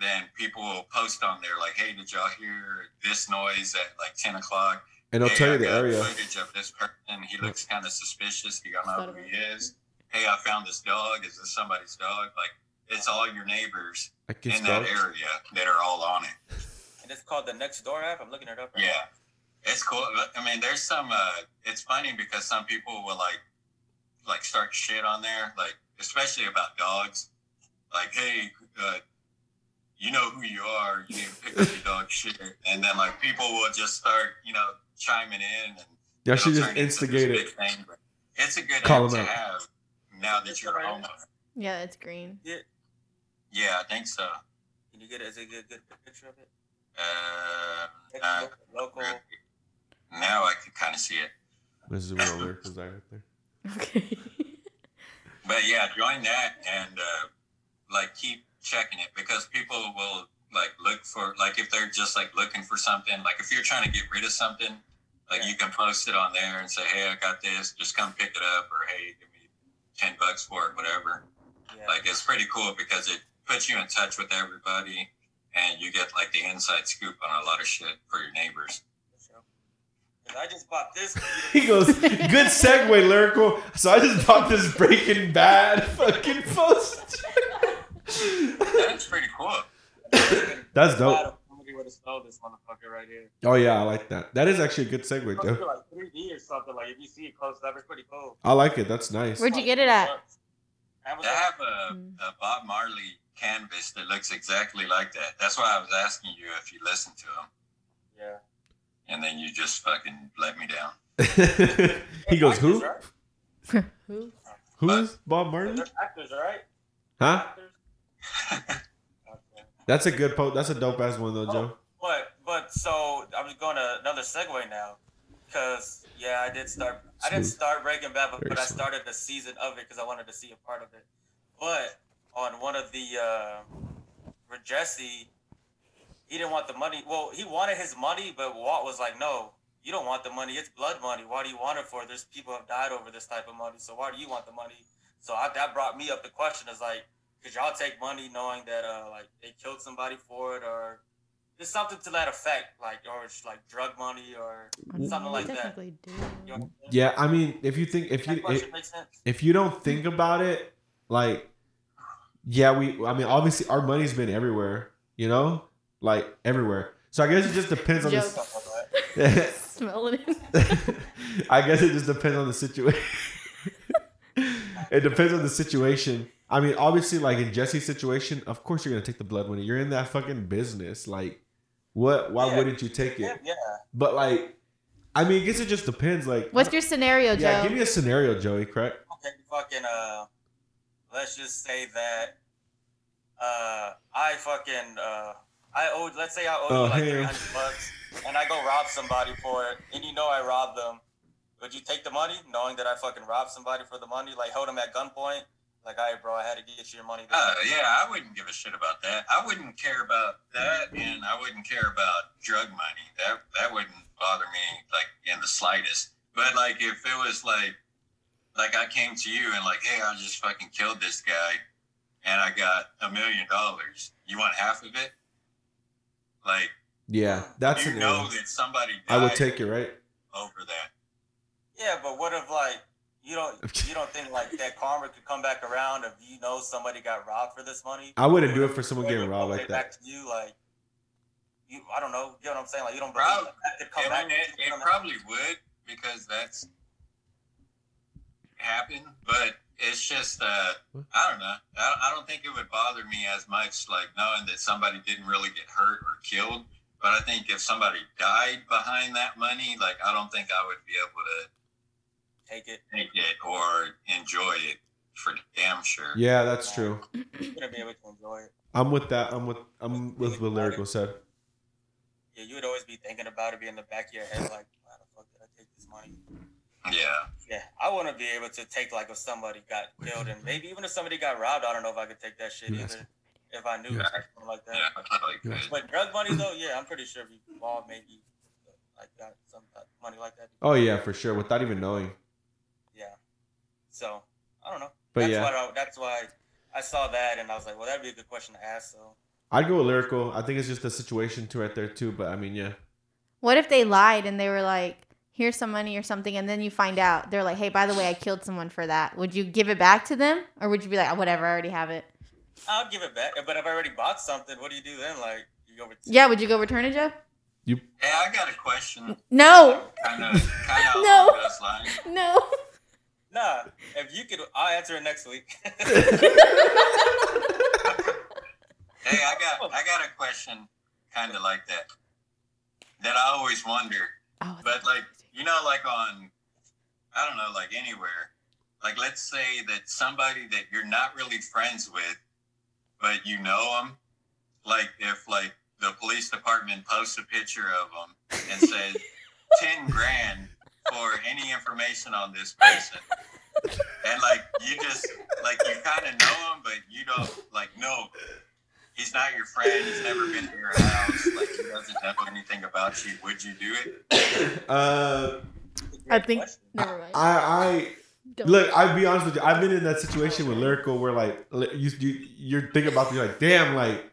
[SPEAKER 4] then people will post on there like, "Hey, did y'all hear this noise at like ten o'clock?"
[SPEAKER 3] And I'll
[SPEAKER 4] hey,
[SPEAKER 3] tell
[SPEAKER 4] I
[SPEAKER 3] you the
[SPEAKER 4] got
[SPEAKER 3] area.
[SPEAKER 4] Footage of this person. He looks kind of suspicious. You don't know who he is. Hey, I found this dog. Is this somebody's dog? Like, it's all your neighbors
[SPEAKER 3] I can
[SPEAKER 4] in that
[SPEAKER 3] spell.
[SPEAKER 4] area that are all on it.
[SPEAKER 2] And it's called the Next Door app. I'm looking it up.
[SPEAKER 4] Yeah, it's cool. I mean, there's some. Uh, it's funny because some people will like, like start shit on there, like especially about dogs. Like, hey, uh, you know who you are. You need to pick up your dog shit, and then like people will just start, you know, chiming in and
[SPEAKER 3] Yeah, she
[SPEAKER 4] It'll
[SPEAKER 3] just
[SPEAKER 4] turn into this
[SPEAKER 3] instigated.
[SPEAKER 4] big thing, but It's a good
[SPEAKER 3] Call
[SPEAKER 4] app to
[SPEAKER 3] him out.
[SPEAKER 4] have now that you're home.
[SPEAKER 1] Yeah, it's green.
[SPEAKER 4] Yeah, I think so.
[SPEAKER 2] Can you get is it a good, good picture of it?
[SPEAKER 4] Uh,
[SPEAKER 2] Next
[SPEAKER 4] uh,
[SPEAKER 2] door, local.
[SPEAKER 4] now I can kind of see it.
[SPEAKER 3] This is where we're because I right there.
[SPEAKER 1] Okay.
[SPEAKER 4] But yeah, join that and uh, like keep checking it because people will like look for like if they're just like looking for something like if you're trying to get rid of something like you can post it on there and say hey I got this just come pick it up or hey give me ten bucks for it whatever
[SPEAKER 2] Yeah.
[SPEAKER 4] like it's pretty cool because it puts you in touch with everybody and you get like the inside scoop on a lot of shit for your neighbors
[SPEAKER 2] for sure. 'Cause I just bought this.
[SPEAKER 3] He goes, good segue, lyrical. So I just bought this Breaking Bad fucking post.
[SPEAKER 4] that's pretty cool
[SPEAKER 3] That's dope.
[SPEAKER 2] I don't know where to stole this motherfucker right here.
[SPEAKER 3] Oh yeah, I like that. That is actually a good
[SPEAKER 2] It's
[SPEAKER 3] segue,
[SPEAKER 2] supposed to
[SPEAKER 3] dude.
[SPEAKER 2] be like 3D or something. Like if you see it close up, it's pretty cool.
[SPEAKER 3] I like it. That's nice.
[SPEAKER 1] Where'd you get it at?
[SPEAKER 4] i
[SPEAKER 2] Amazon.
[SPEAKER 4] have a, a bob marley canvas that looks exactly like that that's why i was asking you if you listened to him
[SPEAKER 2] Yeah.
[SPEAKER 4] and then you just fucking let me down
[SPEAKER 3] he goes, who?
[SPEAKER 2] Actors,
[SPEAKER 1] Who?
[SPEAKER 3] Who is Bob Marley?
[SPEAKER 2] right? Actors, right?
[SPEAKER 3] Huh?
[SPEAKER 2] Actors. Okay.
[SPEAKER 3] That's a good post. That's a dope ass one though, Joe.
[SPEAKER 2] Oh. But but so I'm just going to another segue now, because yeah, I did start. I didn't
[SPEAKER 3] Smooth.
[SPEAKER 2] start Breaking Bad, but,
[SPEAKER 3] Very
[SPEAKER 2] but I
[SPEAKER 3] smooth.
[SPEAKER 2] started the season of it because I wanted to see a part of it. But on one of the uh, for Jesse, he didn't want the money. Well, he wanted his money, but Walt was like, "No, you don't want the money. It's blood money. Why do you want it for? There's people have died over this type of money. So why do you want the money?" So I, that brought me up the question is like, could y'all take money knowing that uh like they killed somebody for it or just something to that effect, like or it's like drug money or something like that.
[SPEAKER 1] technically do.
[SPEAKER 2] You know what I'm saying?
[SPEAKER 3] Yeah, I mean, if you think if
[SPEAKER 2] that
[SPEAKER 3] you
[SPEAKER 2] question makes sense.
[SPEAKER 3] if you don't think about it, like, yeah, we. I mean, obviously, our money's been everywhere. You know, like everywhere. So I guess it just depends on
[SPEAKER 1] Joke.
[SPEAKER 3] this.
[SPEAKER 1] Smell it.
[SPEAKER 3] I guess it just depends on the situation. it depends on the situation. I mean, obviously, like in Jesse's situation, of course you're gonna take the blood money. You're in that fucking business. Like, what? Why
[SPEAKER 2] Yeah.
[SPEAKER 3] wouldn't you take
[SPEAKER 2] Yeah,
[SPEAKER 3] it?
[SPEAKER 2] yeah.
[SPEAKER 3] But like, I mean, I guess it just depends. Like,
[SPEAKER 1] What's your scenario, Joe?
[SPEAKER 3] yeah? Give me a scenario, Joey. Correct.
[SPEAKER 2] Okay, fucking uh let's just say that uh I fucking uh I owe let's say I owe
[SPEAKER 3] Oh,
[SPEAKER 2] you like
[SPEAKER 3] hey.
[SPEAKER 2] three hundred bucks and I go rob somebody for it and you know I robbed them. Would you take the money knowing that I fucking robbed somebody for the money? Like hold them at gunpoint? Like, all right, bro, I had to get you your money.
[SPEAKER 4] Oh yeah, I wouldn't give a shit about that. I wouldn't care about that, and I wouldn't care about drug money. That that wouldn't bother me like in the slightest. But like if it was like like I came to you and like, hey, I just fucking killed this guy, and I got a million dollars. You want half of it? Like
[SPEAKER 3] Yeah, that's
[SPEAKER 4] you
[SPEAKER 3] an
[SPEAKER 4] know
[SPEAKER 3] error.
[SPEAKER 4] that somebody died
[SPEAKER 3] I would take it, right?
[SPEAKER 4] over that.
[SPEAKER 2] Yeah, but what if like you don't you don't think like that karma could come back around if you know somebody got robbed for this money?
[SPEAKER 3] I wouldn't do it for someone getting
[SPEAKER 2] Would it
[SPEAKER 3] robbed
[SPEAKER 2] go
[SPEAKER 3] like
[SPEAKER 2] Back
[SPEAKER 3] that.
[SPEAKER 2] to you, like you, I don't know. You know what I'm saying? Like you don't
[SPEAKER 4] Prob-
[SPEAKER 2] believe that that could come
[SPEAKER 4] It,
[SPEAKER 2] back.
[SPEAKER 4] would- it, it
[SPEAKER 2] come back.
[SPEAKER 4] probably would because that's happened, but it's just uh,
[SPEAKER 3] What?
[SPEAKER 4] I don't know. I, I don't think it would bother me as much, like knowing that somebody didn't really get hurt or killed. But I think if somebody died behind that money, like I don't think I would be able to
[SPEAKER 2] Take it.
[SPEAKER 4] take it or enjoy it for damn sure.
[SPEAKER 3] Yeah, that's true.
[SPEAKER 2] You're gonna be able to enjoy it.
[SPEAKER 3] I'm with that. I'm with I'm with what lyrical said.
[SPEAKER 2] Yeah, you would always be thinking about it, be in the back of your head, like, why the fuck did I take this money?
[SPEAKER 4] Yeah.
[SPEAKER 2] Yeah, I want to be able to take like if somebody got killed, and maybe even if somebody got robbed, I don't know if I could take that shit
[SPEAKER 3] You
[SPEAKER 2] either. If I knew
[SPEAKER 3] You
[SPEAKER 2] or
[SPEAKER 3] ask
[SPEAKER 2] something like that.
[SPEAKER 4] Yeah, I probably could.
[SPEAKER 2] But drug money though, yeah, I'm pretty sure if you involved, maybe like got some type of money like that.
[SPEAKER 3] Oh yeah, for sure. Without even knowing.
[SPEAKER 2] Yeah. So I don't know.
[SPEAKER 3] But
[SPEAKER 2] that's
[SPEAKER 3] yeah.
[SPEAKER 2] why I, that's why I saw that and I was like, well, that'd be a good question to ask. So
[SPEAKER 3] I'd go with lyrical. I think it's just the situation too right there too. But I mean, yeah.
[SPEAKER 1] What if they lied and they were like, "Here's some money or something," and then you find out they're like, "Hey, by the way, I killed someone for that." Would you give it back to them, or would you be like, "Oh, "Whatever, I already have it"?
[SPEAKER 2] I'll give it back. But if I already bought something, what do you do then? Like you go over to
[SPEAKER 1] Yeah, would you go return it, Joe?
[SPEAKER 4] Hey, I got a question.
[SPEAKER 1] No,
[SPEAKER 4] Kind of, kind of
[SPEAKER 1] No.
[SPEAKER 4] along those lines.
[SPEAKER 1] no.
[SPEAKER 2] Nah, if you could, I'll answer it next week.
[SPEAKER 3] Oh,
[SPEAKER 4] Hey, I got I got a question kind of like that that I always wonder.
[SPEAKER 1] Oh,
[SPEAKER 4] But like you know, like on I don't know, like anywhere. Like let's say that somebody that you're not really friends with, but you know them. Like if like the police department posts a picture of them and says ten grand for any information on this person. And like you just like you kind of know him, but you don't like know he's not your friend. He's never been to your house. Like he doesn't know anything about you. Would you do it?
[SPEAKER 3] Uh,
[SPEAKER 1] I think.
[SPEAKER 2] Question.
[SPEAKER 1] Never mind.
[SPEAKER 3] I I
[SPEAKER 1] Don't.
[SPEAKER 3] look. I'll be honest with you. I've been in that situation with lyrical where like li- you you you're thinking about it, you're like damn like,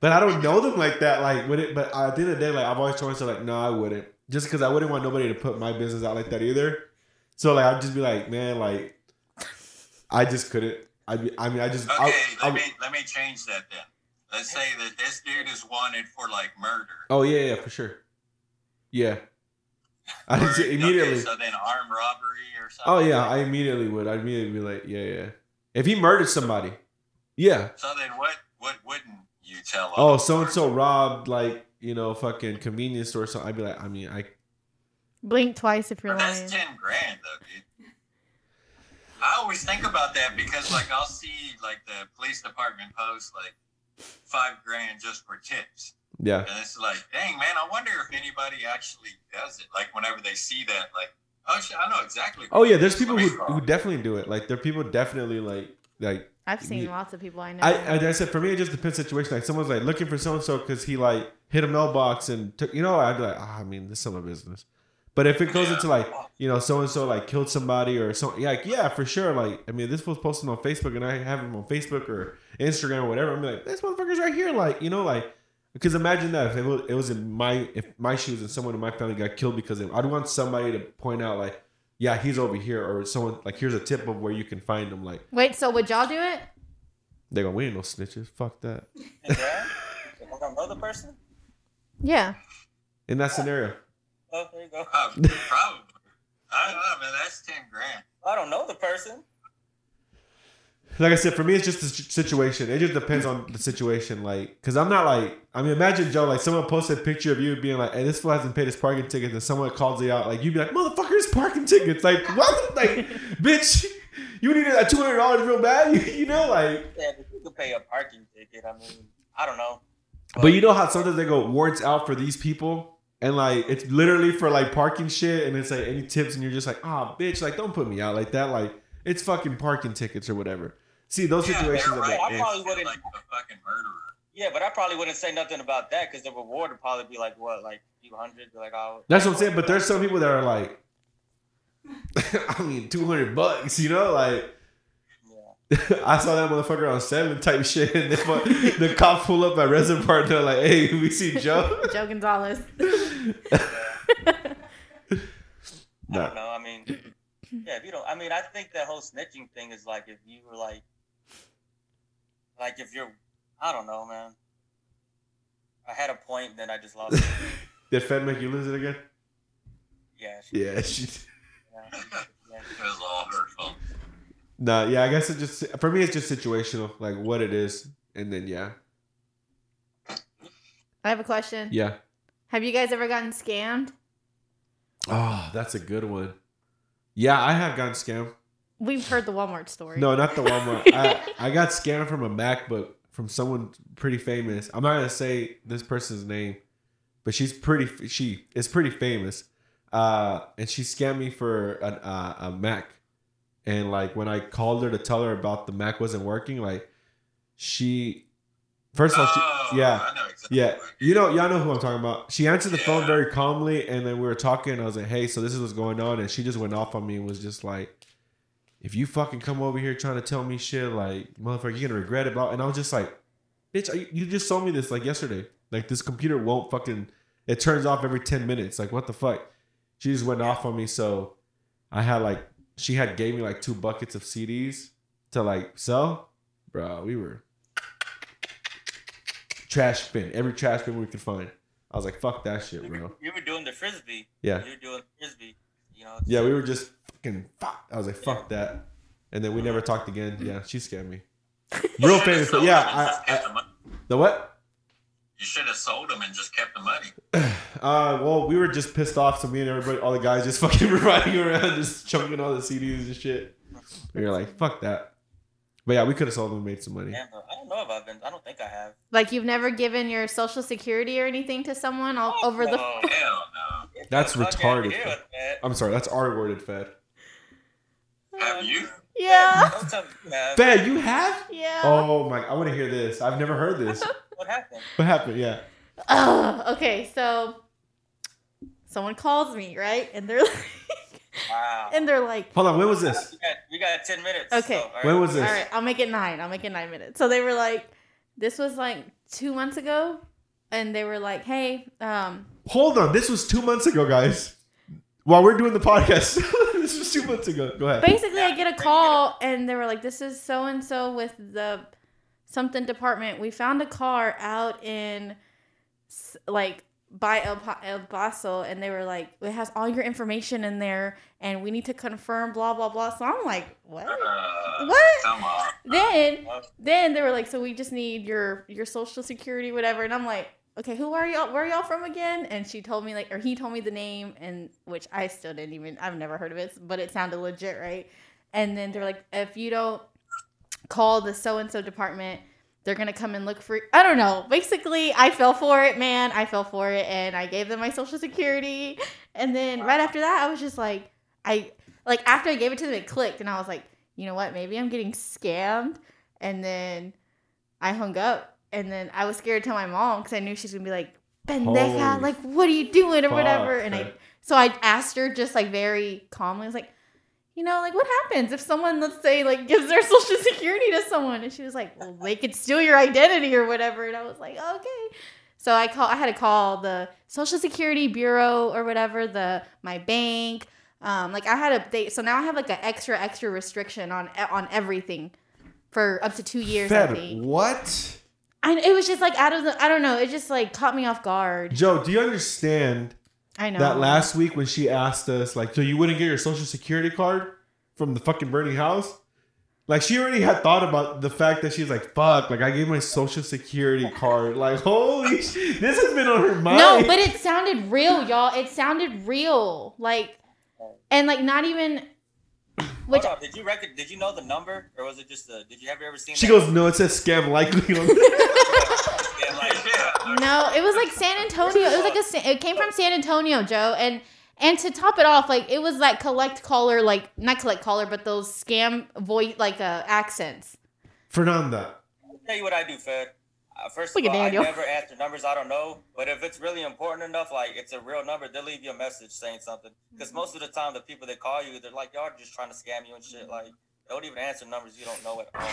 [SPEAKER 3] but I don't know them like that like would it. But at the end of the day, like I've always told myself like no, I wouldn't. Just because I wouldn't want nobody to put my business out like that either. So like I'd just be like man like, I just couldn't. I be, I mean I just
[SPEAKER 4] Okay,
[SPEAKER 3] I,
[SPEAKER 4] let
[SPEAKER 3] I,
[SPEAKER 4] me let me change that then. Let's say that this dude is wanted for like murder.
[SPEAKER 3] oh yeah yeah for sure, yeah. I
[SPEAKER 4] Or-
[SPEAKER 3] just
[SPEAKER 4] okay,
[SPEAKER 3] immediately.
[SPEAKER 4] so then armed robbery or something.
[SPEAKER 3] Oh yeah, I immediately would. I'd immediately be like, yeah, yeah. If he murdered somebody, yeah.
[SPEAKER 4] So then what what wouldn't you tell? on
[SPEAKER 3] Oh,
[SPEAKER 4] the
[SPEAKER 3] so and so
[SPEAKER 4] person?
[SPEAKER 3] robbed like you know fucking convenience store. So I'd be like, I mean, I
[SPEAKER 1] Blink twice if you're
[SPEAKER 4] But
[SPEAKER 1] lying.
[SPEAKER 4] That's ten grand though, dude. I always think about that because like I'll see like the police department post like five grand just for tips.
[SPEAKER 3] yeah,
[SPEAKER 4] And it's like, dang, man, I wonder if anybody actually does it. Like, whenever they see that, like, oh, shit, I know exactly.
[SPEAKER 3] oh yeah. There's people who,
[SPEAKER 4] Somebody's
[SPEAKER 3] who
[SPEAKER 4] wrong.
[SPEAKER 3] definitely do it. Like there are people definitely like like
[SPEAKER 1] I've seen
[SPEAKER 3] you-
[SPEAKER 1] lots of people I know.
[SPEAKER 3] I I, I said for me it just depends situation. Like someone's like looking for so and so because he like hit a mailbox and took you know I'd be like, ah, I mean, this is my business. But if it goes into like you know so and so like killed somebody or so yeah, like yeah for sure like I mean this was posted on Facebook and I have him on Facebook or Instagram or whatever I'm like this motherfucker's right here like you know like because imagine that if it was, it was in my if my shoes and someone in my family got killed because of, I'd want somebody to point out like yeah he's over here or someone like here's a tip of where you can find him like
[SPEAKER 1] Wait, so would y'all do it?
[SPEAKER 3] they go we ain't no snitches fuck that
[SPEAKER 2] Yeah? I don't know the person.
[SPEAKER 1] Yeah.
[SPEAKER 3] in that scenario
[SPEAKER 2] Oh, there you go.
[SPEAKER 4] Uh, probably. I don't know, man. That's ten grand.
[SPEAKER 2] I don't know the person.
[SPEAKER 3] like I said, for me, it's just the s- situation. It just depends on the situation. Like, cause I'm not like, I mean, imagine Joe, like someone posted a picture of you being like, "Hey, this fool hasn't paid his parking tickets," and someone calls you out, like you'd be like, "Motherfucker's parking tickets!" Like, what? Like, bitch, you needed that two hundred dollars real bad, you, you know? Like,
[SPEAKER 2] Yeah, but you could pay a parking ticket. I mean, I don't know.
[SPEAKER 3] but you know how sometimes they go warrants out for these people, and like it's literally for like parking shit, and it's like any tips, and you're just like, "Ah, bitch, like don't put me out like that." Like, it's fucking parking tickets or whatever. See those
[SPEAKER 4] Yeah,
[SPEAKER 3] situations.
[SPEAKER 4] they're
[SPEAKER 3] I'm
[SPEAKER 4] right.
[SPEAKER 3] like,
[SPEAKER 4] I
[SPEAKER 3] eh.
[SPEAKER 4] probably
[SPEAKER 2] wouldn't-
[SPEAKER 4] like a fucking murderer.
[SPEAKER 2] Yeah, but I probably wouldn't say nothing about that because the reward would probably be like what, like a few hundred, like oh.
[SPEAKER 3] That's what I'm saying. But there's some people that are like, I mean, 200 bucks, you know? Like, I saw that motherfucker on seven type shit. And the, fu- the cop pull up at Reservoir and they're like, hey, we see Joe.
[SPEAKER 1] Joe Gonzalez.
[SPEAKER 2] I
[SPEAKER 3] Nah.
[SPEAKER 2] don't know. I mean, yeah, if you don't, I mean, I think that whole snitching thing is like if you were like, like if you're, I don't know, man. I had a point, then I just lost. it.
[SPEAKER 3] Did Fed make you lose it again?
[SPEAKER 2] Yeah. she-
[SPEAKER 3] Yeah. She,
[SPEAKER 2] yeah, yeah.
[SPEAKER 4] It was all hurtful.
[SPEAKER 3] nah, yeah, I guess it just, for me, it's just situational, like what it is. And then, yeah.
[SPEAKER 1] I have a question.
[SPEAKER 3] Yeah.
[SPEAKER 1] Have you guys ever gotten scammed?
[SPEAKER 3] Oh, that's a good one. Yeah, I have gotten scammed.
[SPEAKER 1] We've heard the Walmart story.
[SPEAKER 3] No, not the Walmart. I, I got scammed from a MacBook from someone pretty famous. I'm not gonna say this person's name, but she's pretty. She is pretty famous, uh, and she scammed me for an, uh, a Mac. And like when I called her to tell her about the Mac wasn't working, like she first of all, she, yeah,
[SPEAKER 4] Oh, I know exactly.
[SPEAKER 3] yeah,
[SPEAKER 4] what you-
[SPEAKER 3] you know, y'all know who I'm talking about. She answered the phone
[SPEAKER 4] Yeah.
[SPEAKER 3] very calmly, and then we were talking. And I was like, "Hey, so this is what's going on," and she just went off on me and was just like, "If you fucking come over here trying to tell me shit, like motherfucker, you're gonna regret it." Blah. And I was just like, "Bitch, are you, you just sold me this like yesterday. Like this computer won't fucking. It turns off every ten minutes. Like what the fuck?" She just went off on me. So I had like she had gave me like two buckets of CDs to like sell, bro. We were trash bin, every trash bin we could find. I was like, fuck that shit, bro.
[SPEAKER 2] You were doing the frisbee.
[SPEAKER 3] Yeah.
[SPEAKER 2] You were doing frisbee. You know.
[SPEAKER 3] Yeah, we were just fucking fuck. I was like, fuck that. And then we never talked again. Yeah, she scammed me. Real
[SPEAKER 4] You should've
[SPEAKER 3] famous, but
[SPEAKER 4] sold
[SPEAKER 3] yeah,
[SPEAKER 4] him and just
[SPEAKER 3] I, I,
[SPEAKER 4] kept the mon-
[SPEAKER 3] the what?
[SPEAKER 4] you should have sold him and just kept the money.
[SPEAKER 3] Uh, well, we were just pissed off, so me and everybody, all the guys, just fucking were riding around, just chunking all the CDs and shit. We were like, fuck that. But yeah, we could have sold them and made some money.
[SPEAKER 2] Damn, bro. I don't know if I've been. I don't think I have.
[SPEAKER 1] Like you've never given your social security or anything to someone all
[SPEAKER 2] Fuck
[SPEAKER 1] over the
[SPEAKER 4] Oh,
[SPEAKER 2] no.
[SPEAKER 4] Hell no.
[SPEAKER 3] That's
[SPEAKER 2] Fuck outta
[SPEAKER 3] retarded.
[SPEAKER 2] here with that.
[SPEAKER 3] I'm sorry, that's R worded, Fed.
[SPEAKER 4] Have you?
[SPEAKER 1] Yeah.
[SPEAKER 2] Don't tell me you have.
[SPEAKER 3] Fed, you have?
[SPEAKER 1] Yeah.
[SPEAKER 3] Oh my, I want to hear this. I've never heard this.
[SPEAKER 2] What happened?
[SPEAKER 3] What happened? Yeah.
[SPEAKER 1] Ugh, okay, so someone calls me, right? And they're like,
[SPEAKER 2] Wow.
[SPEAKER 1] and they're like,
[SPEAKER 3] Hold on, when was this?
[SPEAKER 2] We got, we got 10 minutes.
[SPEAKER 1] Okay.
[SPEAKER 2] all right.
[SPEAKER 3] When was
[SPEAKER 1] all
[SPEAKER 3] this?
[SPEAKER 1] right, I'll make it nine. I'll make it nine minutes. So they were like, this was like two months ago, and they were like, hey, um,
[SPEAKER 3] Hold on, this was two months ago, guys. While we're doing the podcast, this was two months ago. Go ahead.
[SPEAKER 1] basically i get a call and they were like this is so and so with the something department we found a car out in s- like by el, Pa- el paso and they were like it has all your information in there and we need to confirm blah blah blah so i'm like what
[SPEAKER 4] Uh,
[SPEAKER 1] What?
[SPEAKER 4] Come on.
[SPEAKER 1] then then they were like so we just need your your social security whatever and i'm like okay who are y'all where are y'all from again and she told me like or he told me the name and which i still didn't even i've never heard of it but it sounded legit right and then they're like if you don't call the so and so department they're gonna come and look for i don't know basically i fell for it man i fell for it and i gave them my social security and then right after that i was just like i like after i gave it to them it clicked and i was like you know what maybe i'm getting scammed and then i hung up and then i was scared to tell my mom because i knew she's gonna be like
[SPEAKER 3] Holy
[SPEAKER 1] pendeja like what are you doing or
[SPEAKER 3] fuck,
[SPEAKER 1] whatever and i
[SPEAKER 3] man.
[SPEAKER 1] So I asked her just like very calmly, I was like, you know, like what happens if someone, let's say, like gives their social security to someone? And she was like, well, they could steal your identity or whatever. And I was like, okay. So I call, I had to call the social security bureau or whatever, the my bank. Um, like I had a they, so now I have like an extra extra restriction on e, on everything for up to two years. I
[SPEAKER 3] Fed,
[SPEAKER 1] think.
[SPEAKER 3] what?
[SPEAKER 1] I, it was just like out of the, I don't know. It just like caught me off guard.
[SPEAKER 3] Joe, do you understand
[SPEAKER 1] I know
[SPEAKER 3] that last week when she asked us, like, so you wouldn't get your social security card from the fucking burning house? Like, she already had thought about the fact that she's like, fuck, like, I gave my social security card. Like, holy shit, this has been on her mind.
[SPEAKER 1] No, but it sounded real, y'all. It sounded real, like, and like not even. Which
[SPEAKER 2] Hold on, did you record? Did you know the number, or was it just a? Did you have you ever seen?
[SPEAKER 3] she
[SPEAKER 2] that?
[SPEAKER 3] goes, no, it says scam likely. on the-"
[SPEAKER 2] Yeah, like,
[SPEAKER 4] Yeah.
[SPEAKER 1] no, it was like San Antonio. It was like a. Sa- It came from San Antonio, Joe, and and to top it off, like it was like collect caller, like not collect caller, but those scam voice like uh accents.
[SPEAKER 3] Fernanda,
[SPEAKER 2] I'll tell you what I do, Fed. Uh, first
[SPEAKER 1] Look
[SPEAKER 2] of
[SPEAKER 1] at
[SPEAKER 2] all, I
[SPEAKER 1] Daniel.
[SPEAKER 2] never answer numbers I don't know. But if it's really important enough, like it's a real number, they'll leave you a message saying something. Because
[SPEAKER 1] Mm-hmm.
[SPEAKER 2] most of the time, the people that call you, they're like, y'all are just trying to scam you and shit. Like, don't even answer numbers you don't know at all.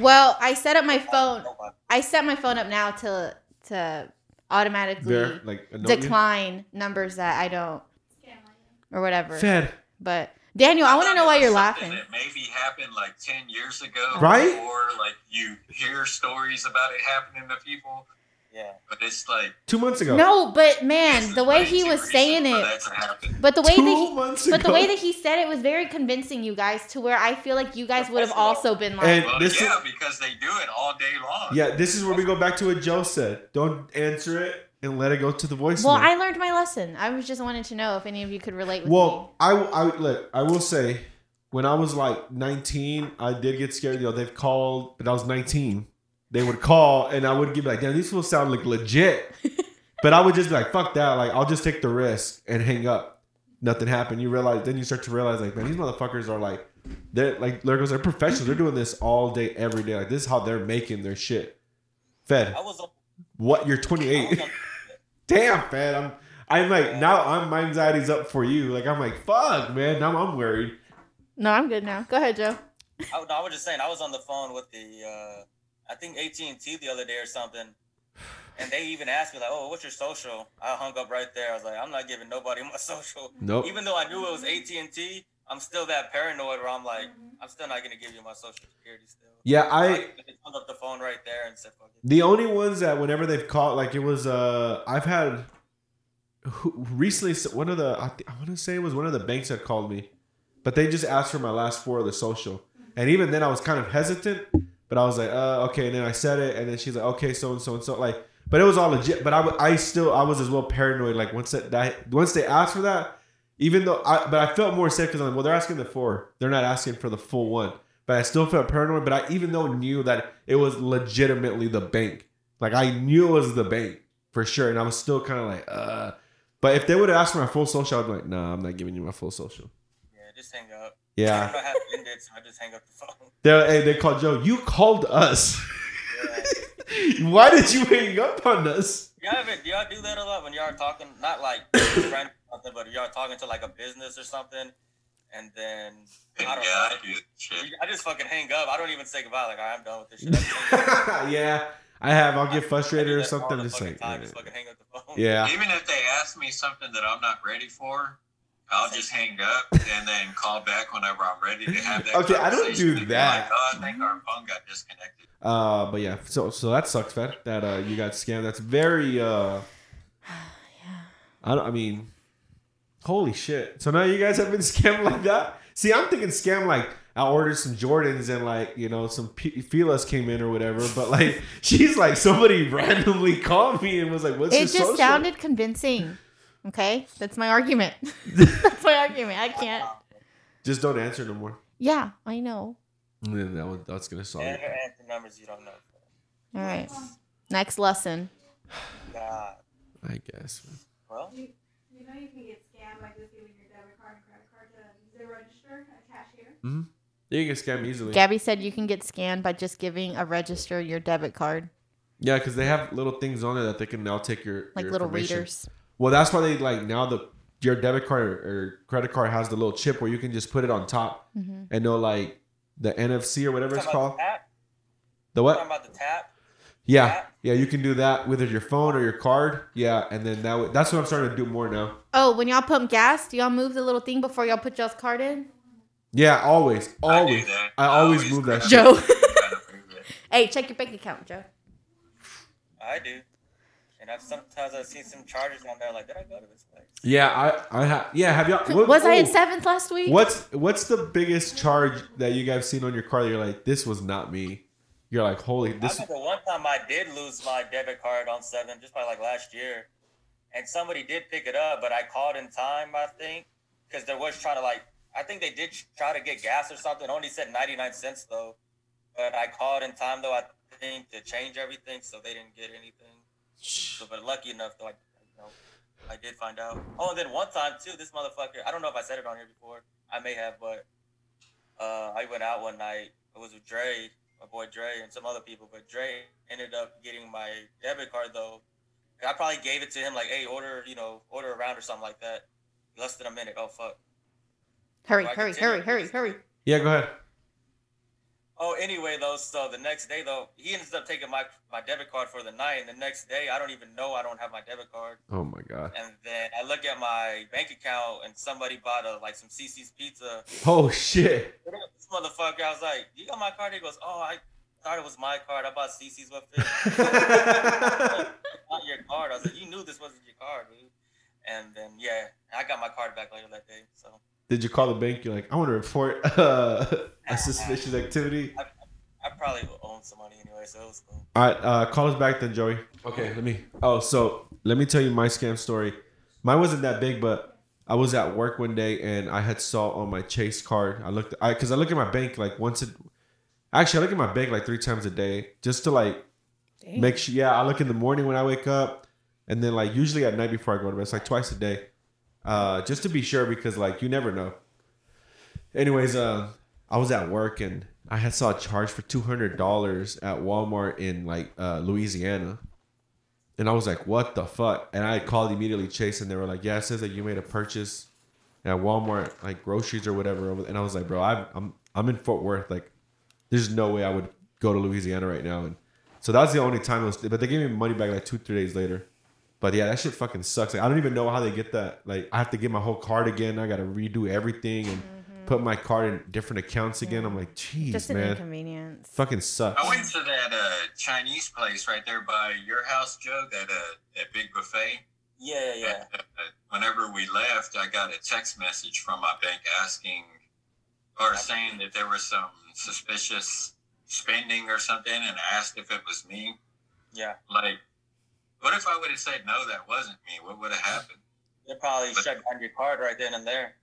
[SPEAKER 1] Well, I set up my
[SPEAKER 2] I
[SPEAKER 1] phone.
[SPEAKER 2] don't know
[SPEAKER 1] I set my phone up now to to automatically
[SPEAKER 3] there, like, annoy you?
[SPEAKER 1] decline numbers that I don't or whatever.
[SPEAKER 3] Fed,
[SPEAKER 1] But Daniel, I want to know why you're laughing.
[SPEAKER 4] Something That maybe happened like ten years ago,
[SPEAKER 3] Right?
[SPEAKER 4] Or like you hear stories about it happening to people,
[SPEAKER 2] yeah.
[SPEAKER 4] but it's like
[SPEAKER 3] two months ago.
[SPEAKER 1] No, but man,
[SPEAKER 4] this
[SPEAKER 1] the
[SPEAKER 4] is
[SPEAKER 1] way
[SPEAKER 4] way
[SPEAKER 1] he
[SPEAKER 4] too
[SPEAKER 1] was
[SPEAKER 4] recent
[SPEAKER 1] saying
[SPEAKER 4] for
[SPEAKER 1] it,
[SPEAKER 4] that to happen.
[SPEAKER 1] but the way
[SPEAKER 3] two
[SPEAKER 1] that he,
[SPEAKER 3] months ago.
[SPEAKER 1] but the way that he said it was very convincing, you guys, to where I feel like you guys would have also been like,
[SPEAKER 3] And-
[SPEAKER 4] Well,
[SPEAKER 3] This is-
[SPEAKER 4] yeah, because they do it all day long.
[SPEAKER 3] yeah, this is where we go back to what Joe said. Don't answer it and let it go to the voicemail.
[SPEAKER 1] well, I learned my lesson. I was just wanted to know if any of you could relate with
[SPEAKER 3] Well, I, I look. I will say, when I was like 19, I did get scared. You know, they've called, but I was 19. They would call, and I would give like, "Damn, these people sound like legit." but I would just be like, "Fuck that!" Like, I'll just take the risk and hang up. Nothing happened. You realize, then you start to realize, like, man, these motherfuckers are like, they're like, lurkers. They're professionals. They're doing this all day, every day. Like, this is how they're making their shit. Fed,
[SPEAKER 2] I was on.
[SPEAKER 3] what? You're
[SPEAKER 2] I was
[SPEAKER 3] 28.
[SPEAKER 2] on-
[SPEAKER 3] damn, man, I'm I'm like now I'm my anxiety's up for you. Like I'm like, fuck, man, now I'm worried.
[SPEAKER 1] me. No, I'm good now. Go ahead, Joe.
[SPEAKER 2] I, no, I was just saying I was on the phone with the uh, I think AT and T the other day or something, and they even asked me like, "Oh, what's your social?" I hung up right there. I was like, "I'm not giving nobody my social."
[SPEAKER 3] Nope.
[SPEAKER 2] Even though I knew it was AT and T, I'm still that paranoid where I'm like, "I'm still not gonna give you my social security." Still,
[SPEAKER 3] Yeah, I
[SPEAKER 2] I just hung up the phone right there and said, "Fuck it."
[SPEAKER 3] the only ones that whenever they've caught like it was uh I've had who- recently s- one of the I, th- I want to say it was one of the banks that called me, but they just asked for my last four of the social, and even then I was kind of hesitant, but I was like, uh, okay, and then I said it, and then she's like, okay, so and so and so, like, but it was all legit. But I, w- I still I was as well paranoid. Like once that, that once they asked for that, even though I but I felt more safe because I'm like, well, they're asking the four, they're not asking for the full one. But I still felt paranoid. But I even though knew that it was legitimately the bank, like I knew it was the bank for sure, and I was still kind of like, uh. But if they would have asked for my full social, I'd be like, nah, I'm not giving you my full social.
[SPEAKER 2] Yeah, just hang up. I
[SPEAKER 3] Yeah.
[SPEAKER 2] don't know how to end it, so I just hang up the phone.
[SPEAKER 3] They're, hey, they called Joe. You called us.
[SPEAKER 2] Yeah.
[SPEAKER 3] Why did you hang up on us?
[SPEAKER 2] Y'all ever, do y'all do that a lot when y'all are talking, not like friend or something, but y'all talking to like a business or something, and then
[SPEAKER 4] And
[SPEAKER 2] I don't
[SPEAKER 4] yeah, I
[SPEAKER 2] know.
[SPEAKER 4] do that shit.
[SPEAKER 2] I just fucking hang up. I don't even say goodbye. Like, all right, I'm done with this shit.
[SPEAKER 3] yeah, I have. I'll get frustrated
[SPEAKER 2] I do
[SPEAKER 3] or
[SPEAKER 2] that all
[SPEAKER 3] something.
[SPEAKER 2] the
[SPEAKER 3] Just
[SPEAKER 2] fucking
[SPEAKER 3] like,
[SPEAKER 2] time, just fucking hang up the phone.
[SPEAKER 3] yeah.
[SPEAKER 4] Even if they ask me something that I'm not ready for, I'll just hang up and then call back whenever I'm ready to have that.
[SPEAKER 3] Okay, I don't
[SPEAKER 4] conversation
[SPEAKER 3] do
[SPEAKER 4] and be
[SPEAKER 3] that.
[SPEAKER 4] Like, oh, I think our phone got disconnected.
[SPEAKER 3] Uh, but yeah. So so that sucks, Fed. That uh, you got scammed. That's very uh. I don't. I mean, holy shit. So now you guys have been scammed like that. See, I'm thinking scam like I ordered some Jordans and like you know some P- Filas came in or whatever. But like she's like somebody randomly called me and was like, "What's
[SPEAKER 1] It
[SPEAKER 3] your
[SPEAKER 1] just
[SPEAKER 3] social?
[SPEAKER 1] sounded convincing. Okay, that's my argument. that's my argument. I can't.
[SPEAKER 3] Just don't answer no more.
[SPEAKER 1] Yeah, I know.
[SPEAKER 3] Yeah, that one, that's gonna solve
[SPEAKER 2] Never
[SPEAKER 3] it.
[SPEAKER 2] answer numbers you don't know.
[SPEAKER 1] All right, next lesson.
[SPEAKER 2] God.
[SPEAKER 3] I guess. man.
[SPEAKER 2] Well,
[SPEAKER 5] You know you can get scammed by just giving your debit card and credit card to the register, a cashier.
[SPEAKER 3] You can scam easily.
[SPEAKER 1] Gabby said you can get scanned by just giving a register your debit card,
[SPEAKER 3] Yeah, because they have little things on there that they can now take your
[SPEAKER 1] like
[SPEAKER 3] your
[SPEAKER 1] little
[SPEAKER 3] information.
[SPEAKER 1] readers.
[SPEAKER 3] Well, that's why they like now the your debit card or credit card has the little chip where you can just put it on top
[SPEAKER 1] Mhm.
[SPEAKER 3] and know like the NFC or whatever it's
[SPEAKER 2] Talking about
[SPEAKER 3] called.
[SPEAKER 2] the tap?
[SPEAKER 3] The
[SPEAKER 2] Talking
[SPEAKER 3] what?
[SPEAKER 2] about the tap.
[SPEAKER 3] Yeah, yeah, you can do that with your phone or your card. Yeah, and then that would, that's what I'm starting to do more now.
[SPEAKER 1] Oh, when y'all pump gas, do y'all move the little thing before y'all put y'all's card in?
[SPEAKER 3] Yeah, always,
[SPEAKER 4] I do
[SPEAKER 3] always.
[SPEAKER 4] that.
[SPEAKER 3] I always move that
[SPEAKER 4] grab
[SPEAKER 3] shit.
[SPEAKER 1] Joe.
[SPEAKER 4] it, kind of move it.
[SPEAKER 1] Hey, check your bank account, Joe.
[SPEAKER 2] I do. And I've sometimes I've seen some charges on there. Like, did I go to this place?
[SPEAKER 3] Yeah, I, I ha- yeah. Have y'all? what-
[SPEAKER 1] Was I in
[SPEAKER 3] oh,
[SPEAKER 1] seventh last week?
[SPEAKER 3] What's what's the biggest charge that you guys seen on your car that you're like, this was not me? You're like, holy,
[SPEAKER 2] I
[SPEAKER 3] this.
[SPEAKER 2] remember one time I did lose my debit card on seven, just by like last year, and somebody did pick it up, but I called in time, I think, because there was trying to like, I think they did try to get gas or something. It only said ninety nine cents though, but I called in time though. I think to change everything, so they didn't get anything. So, but lucky enough though, I, you know, I did find out. Oh, and then one time too, this motherfucker. I don't know if I said it on here before. I may have, but uh, I went out one night. It was with Dre, my boy Dre, and some other people. But Dre ended up getting my debit card though. And I probably gave it to him like, "Hey, order, you know, order around or something like that." Less than a minute. Oh fuck.
[SPEAKER 1] Hurry,
[SPEAKER 2] Do I
[SPEAKER 1] hurry, hurry,
[SPEAKER 2] continue?
[SPEAKER 1] hurry, hurry.
[SPEAKER 3] Yeah, go ahead.
[SPEAKER 2] Oh, anyway though, so the next day though, he ends up taking my my debit card for the night, and the next day I don't even know I don't have my debit card.
[SPEAKER 3] Oh my god.
[SPEAKER 2] And then I look at my bank account, and somebody bought a, like some CC's pizza.
[SPEAKER 3] Oh shit.
[SPEAKER 2] This motherfucker, I was like, "You got my card?" He goes, "Oh, I thought it was my card. I bought CC's with it." not your card. I was like, you knew this wasn't your card, dude. And then yeah, I got my card back later that day. So
[SPEAKER 3] Did you call the bank? You're like, I want to report uh, a suspicious activity.
[SPEAKER 2] I probably will own some money anyway, so it was cool.
[SPEAKER 3] All right, uh, call us back then, Joey. Okay, let me. Oh, so let me tell you my scam story. Mine wasn't that big, but I was at work one day and I had salt on my Chase card. I looked, I because I look at my bank like once a. Actually, I look at my bank like three times a day just to like
[SPEAKER 1] Dang.
[SPEAKER 3] Make sure, yeah, I look in the morning when I wake up, and then like usually at night before I go to bed. It's like twice a day, uh, just to be sure because like you never know. Anyways, uh, I was at work and I had saw a charge for two hundred dollars at Walmart in like uh, Louisiana, and I was like, "What the fuck?" And I called immediately Chase, and they were like, "Yeah, it says that you made a purchase at Walmart, like groceries or whatever." over- And I was like, "Bro, I've, I'm I'm in Fort Worth, like." there's no way I would go to Louisiana right now. And so that was the only time it was, but they gave me money back like two, three days later. But yeah, that shit fucking sucks. Like, I don't even know how they get that. Like, I have to get my whole card again. I got to redo everything and put my card in different accounts again. I'm like,
[SPEAKER 1] Mm-hmm. Just
[SPEAKER 3] jeez,
[SPEAKER 1] an
[SPEAKER 3] man.
[SPEAKER 1] inconvenience.
[SPEAKER 3] Fucking sucks.
[SPEAKER 4] I went to that uh, Chinese place right there by your house, Joe. That uh, that big buffet.
[SPEAKER 2] Yeah, yeah, yeah.
[SPEAKER 4] And, uh, whenever we left, I got a text message from my bank asking or saying that there was some suspicious spending or something, and asked if it was me.
[SPEAKER 2] Yeah.
[SPEAKER 4] Like, what if I would have said no, that wasn't me? What would have happened?
[SPEAKER 2] They probably shut down your card right then and there.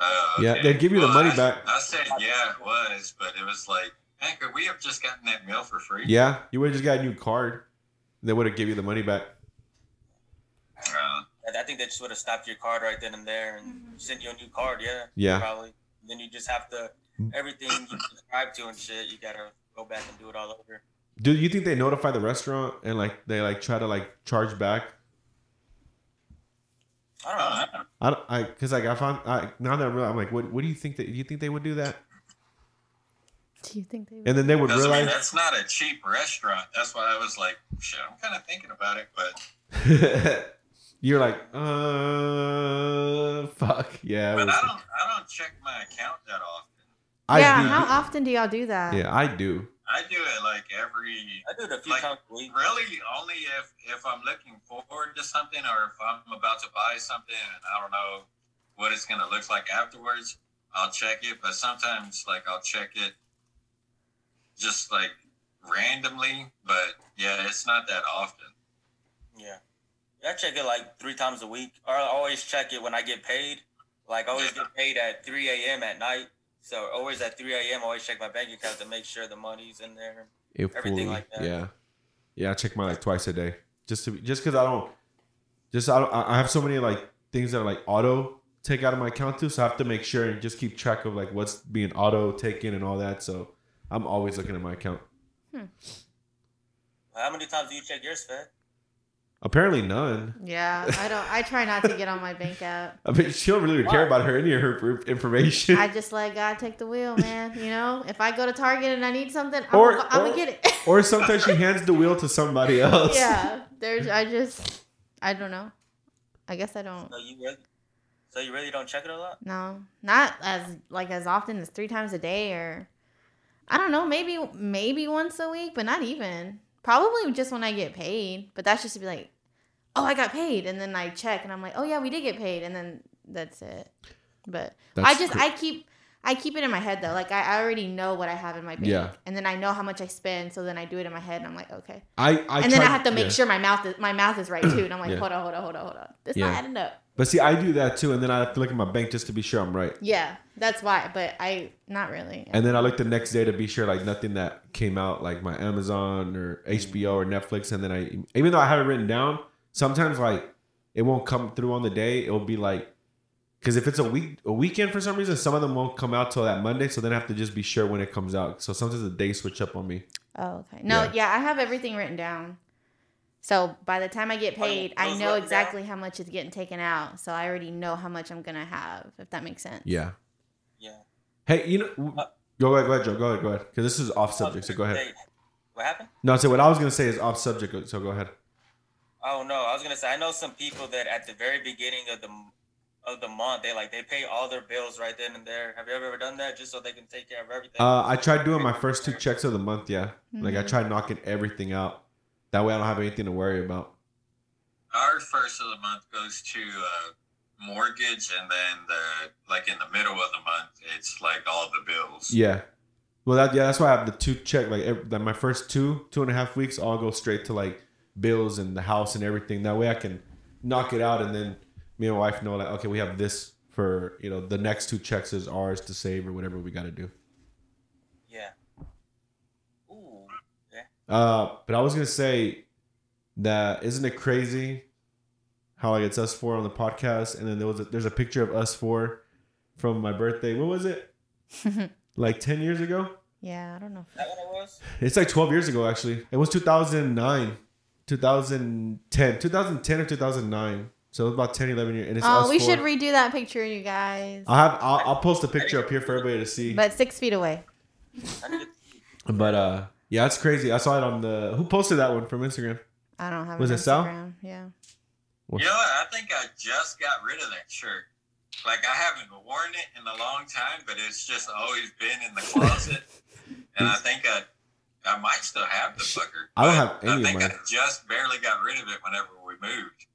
[SPEAKER 4] Uh,
[SPEAKER 3] Yeah, they'd give you the money
[SPEAKER 4] I-
[SPEAKER 3] back.
[SPEAKER 4] I said, yeah, it was, but it was like, man, could we have just gotten that meal for free?
[SPEAKER 3] Yeah, you would have just got a new card. They would have give you the money back.
[SPEAKER 4] Uh,
[SPEAKER 2] I- I think they just would have stopped your card right then and there and sent you a new card. Yeah.
[SPEAKER 3] Yeah.
[SPEAKER 2] Probably. Then you just have to everything you subscribe to and shit. You gotta go back and do it all over.
[SPEAKER 3] Do you think they notify the restaurant and like they like try to like charge back?
[SPEAKER 2] I don't know.
[SPEAKER 4] uh,
[SPEAKER 3] I don't, I because like I found I now that I'm real, I'm like, what what do you think that do you think they would do that?
[SPEAKER 1] Do you think they would?
[SPEAKER 3] And then they would
[SPEAKER 4] Because I mean,
[SPEAKER 3] realize.
[SPEAKER 4] that's not a cheap restaurant. That's why I was like, shit, I'm kind of thinking about it, but
[SPEAKER 3] You're like, uh, fuck, yeah.
[SPEAKER 4] but
[SPEAKER 3] we'll
[SPEAKER 4] I
[SPEAKER 3] see.
[SPEAKER 4] don't I don't check my account that often.
[SPEAKER 3] I
[SPEAKER 1] yeah,
[SPEAKER 3] do.
[SPEAKER 1] how often do y'all do that?
[SPEAKER 3] yeah, I do.
[SPEAKER 4] I do it like every
[SPEAKER 2] I do it a few
[SPEAKER 4] Like-
[SPEAKER 2] times a week.
[SPEAKER 4] really only if if I'm looking forward to something or if I'm about to buy something and I don't know what it's gonna look like afterwards. I'll check it, but sometimes like I'll check it just like randomly. But yeah, it's not that often.
[SPEAKER 2] Yeah. I check it like three times a week. Or I always check it when I get paid. Like I always get paid at three AM at night. So always at three AM I always check my bank account to make sure the money's in there.
[SPEAKER 3] If fully-
[SPEAKER 2] Everything like that.
[SPEAKER 3] Yeah, yeah. I check mine like twice a day, just to be, just because I don't, just I don't, I I have so many like things that are like auto take out of my account too, so I have to make sure and just keep track of like what's being auto taken and all that. So I'm always looking at my account.
[SPEAKER 2] How many times do you check yours, Fed?
[SPEAKER 3] Apparently none.
[SPEAKER 1] Yeah, I don't. I try not to get on my bank app.
[SPEAKER 3] I mean, she don't really care about her any of her her information.
[SPEAKER 1] I just let God take the wheel, man. You know, if I go to Target and I need something, I'm,
[SPEAKER 3] Or-
[SPEAKER 1] gonna, I'm
[SPEAKER 3] or-
[SPEAKER 1] gonna get it.
[SPEAKER 3] or sometimes she hands the wheel to somebody else.
[SPEAKER 1] yeah, there's. I just. I don't know. I guess I don't.
[SPEAKER 2] So you really, so you really don't check it a lot?
[SPEAKER 1] No, not as like as often as three times a day, or I don't know, maybe maybe once a week, but not even. Probably just when I get paid. But that's just to be like, oh, I got paid, and then I check, and I'm like, oh yeah, we did get paid, and then that's it. But I
[SPEAKER 3] That's
[SPEAKER 1] just
[SPEAKER 3] cr-
[SPEAKER 1] I keep I keep it in my head though. Like I, I already know what I have in my bank,
[SPEAKER 3] Yeah.
[SPEAKER 1] and then I know how much I spend. So then I do it in my head, and I'm like, okay.
[SPEAKER 3] I, I
[SPEAKER 1] and then I
[SPEAKER 3] tried-
[SPEAKER 1] have to make
[SPEAKER 3] yeah.
[SPEAKER 1] sure my mouth is my mouth is right too. And I'm like,
[SPEAKER 3] Yeah.
[SPEAKER 1] hold on, hold on, hold on, hold on. It's
[SPEAKER 3] Yeah.
[SPEAKER 1] not adding up.
[SPEAKER 3] But see, I do that too, and then I have to look at my bank just to be sure I'm right.
[SPEAKER 1] Yeah, that's why. But I not really.
[SPEAKER 3] And then I look the next day to be sure like nothing that came out like my Amazon or HBO or Netflix. And then I, even though I have it written down, sometimes like it won't come through on the day. It'll be like, because if it's a week a weekend for some reason, some of them won't come out till that Monday. So then I have to just be sure when it comes out. So sometimes the days switch up on me.
[SPEAKER 1] Oh, okay. No,
[SPEAKER 3] Yeah.
[SPEAKER 1] yeah. I have everything written down. So by the time I get
[SPEAKER 2] Oh, you
[SPEAKER 1] paid,
[SPEAKER 2] have
[SPEAKER 1] I
[SPEAKER 2] those
[SPEAKER 1] know
[SPEAKER 2] written
[SPEAKER 1] exactly how much is getting taken out. So I already know how much I'm gonna have, if that makes sense.
[SPEAKER 3] Yeah.
[SPEAKER 2] Yeah.
[SPEAKER 3] Hey, you know, w- go ahead, go ahead, Joe. Go ahead, go ahead. Because this is off subject. So go ahead.
[SPEAKER 2] Hey, What happened?
[SPEAKER 3] No, so what I was gonna say is off subject. So go ahead.
[SPEAKER 2] Oh no, I was gonna say I know some people that at the very beginning of the m- of the month they like they pay all their bills right then and there. Have you ever ever done that just so they can take care of everything?
[SPEAKER 3] Uh, I tried doing my first two checks of the month. Yeah, like I
[SPEAKER 1] Mhm.
[SPEAKER 3] tried knocking everything out. That way, I don't have anything to worry about.
[SPEAKER 4] Our first of the month goes to uh, mortgage, and then the like in the middle of the month, it's like all the bills.
[SPEAKER 3] Yeah. Well, that yeah, that's why I have the two check. Like ev- that my first two two and a half weeks all go straight to like bills and the house and everything. That way, I can knock it out, and then me and my wife know like okay, we have this for you know the next two checks is ours to save or whatever we got to do.
[SPEAKER 2] yeah. Ooh.
[SPEAKER 3] Uh, but I was gonna say that isn't it crazy how like it's us four on the podcast, and then there was a, there's a picture of us four from my birthday. What was it? like ten years ago?
[SPEAKER 1] yeah, I don't know.
[SPEAKER 2] That what it was?
[SPEAKER 3] It's like twelve years ago actually. It was 2009, 2010, 2010 or 2009. So it was about 10, 11 years. And it's us
[SPEAKER 1] Oh, we
[SPEAKER 3] four.
[SPEAKER 1] should redo that picture, you guys.
[SPEAKER 3] I'll have I'll, I'll post a picture up here for everybody to see. But,
[SPEAKER 1] But six feet away.
[SPEAKER 2] I need to-
[SPEAKER 3] uh, yeah, it's crazy. I saw it on the who posted that one from Instagram.
[SPEAKER 1] I don't have.
[SPEAKER 3] Was
[SPEAKER 1] an
[SPEAKER 3] it Sal?
[SPEAKER 1] Instagram. Yeah.
[SPEAKER 4] You know, what? I think I just got rid of that shirt. Like I haven't worn it in a long time, but it's just always been in the closet. and I think I, I might still have the fucker.
[SPEAKER 3] I don't
[SPEAKER 4] but
[SPEAKER 3] have any
[SPEAKER 4] I
[SPEAKER 3] of
[SPEAKER 4] think I
[SPEAKER 3] mine.
[SPEAKER 4] just barely got rid of it whenever we moved.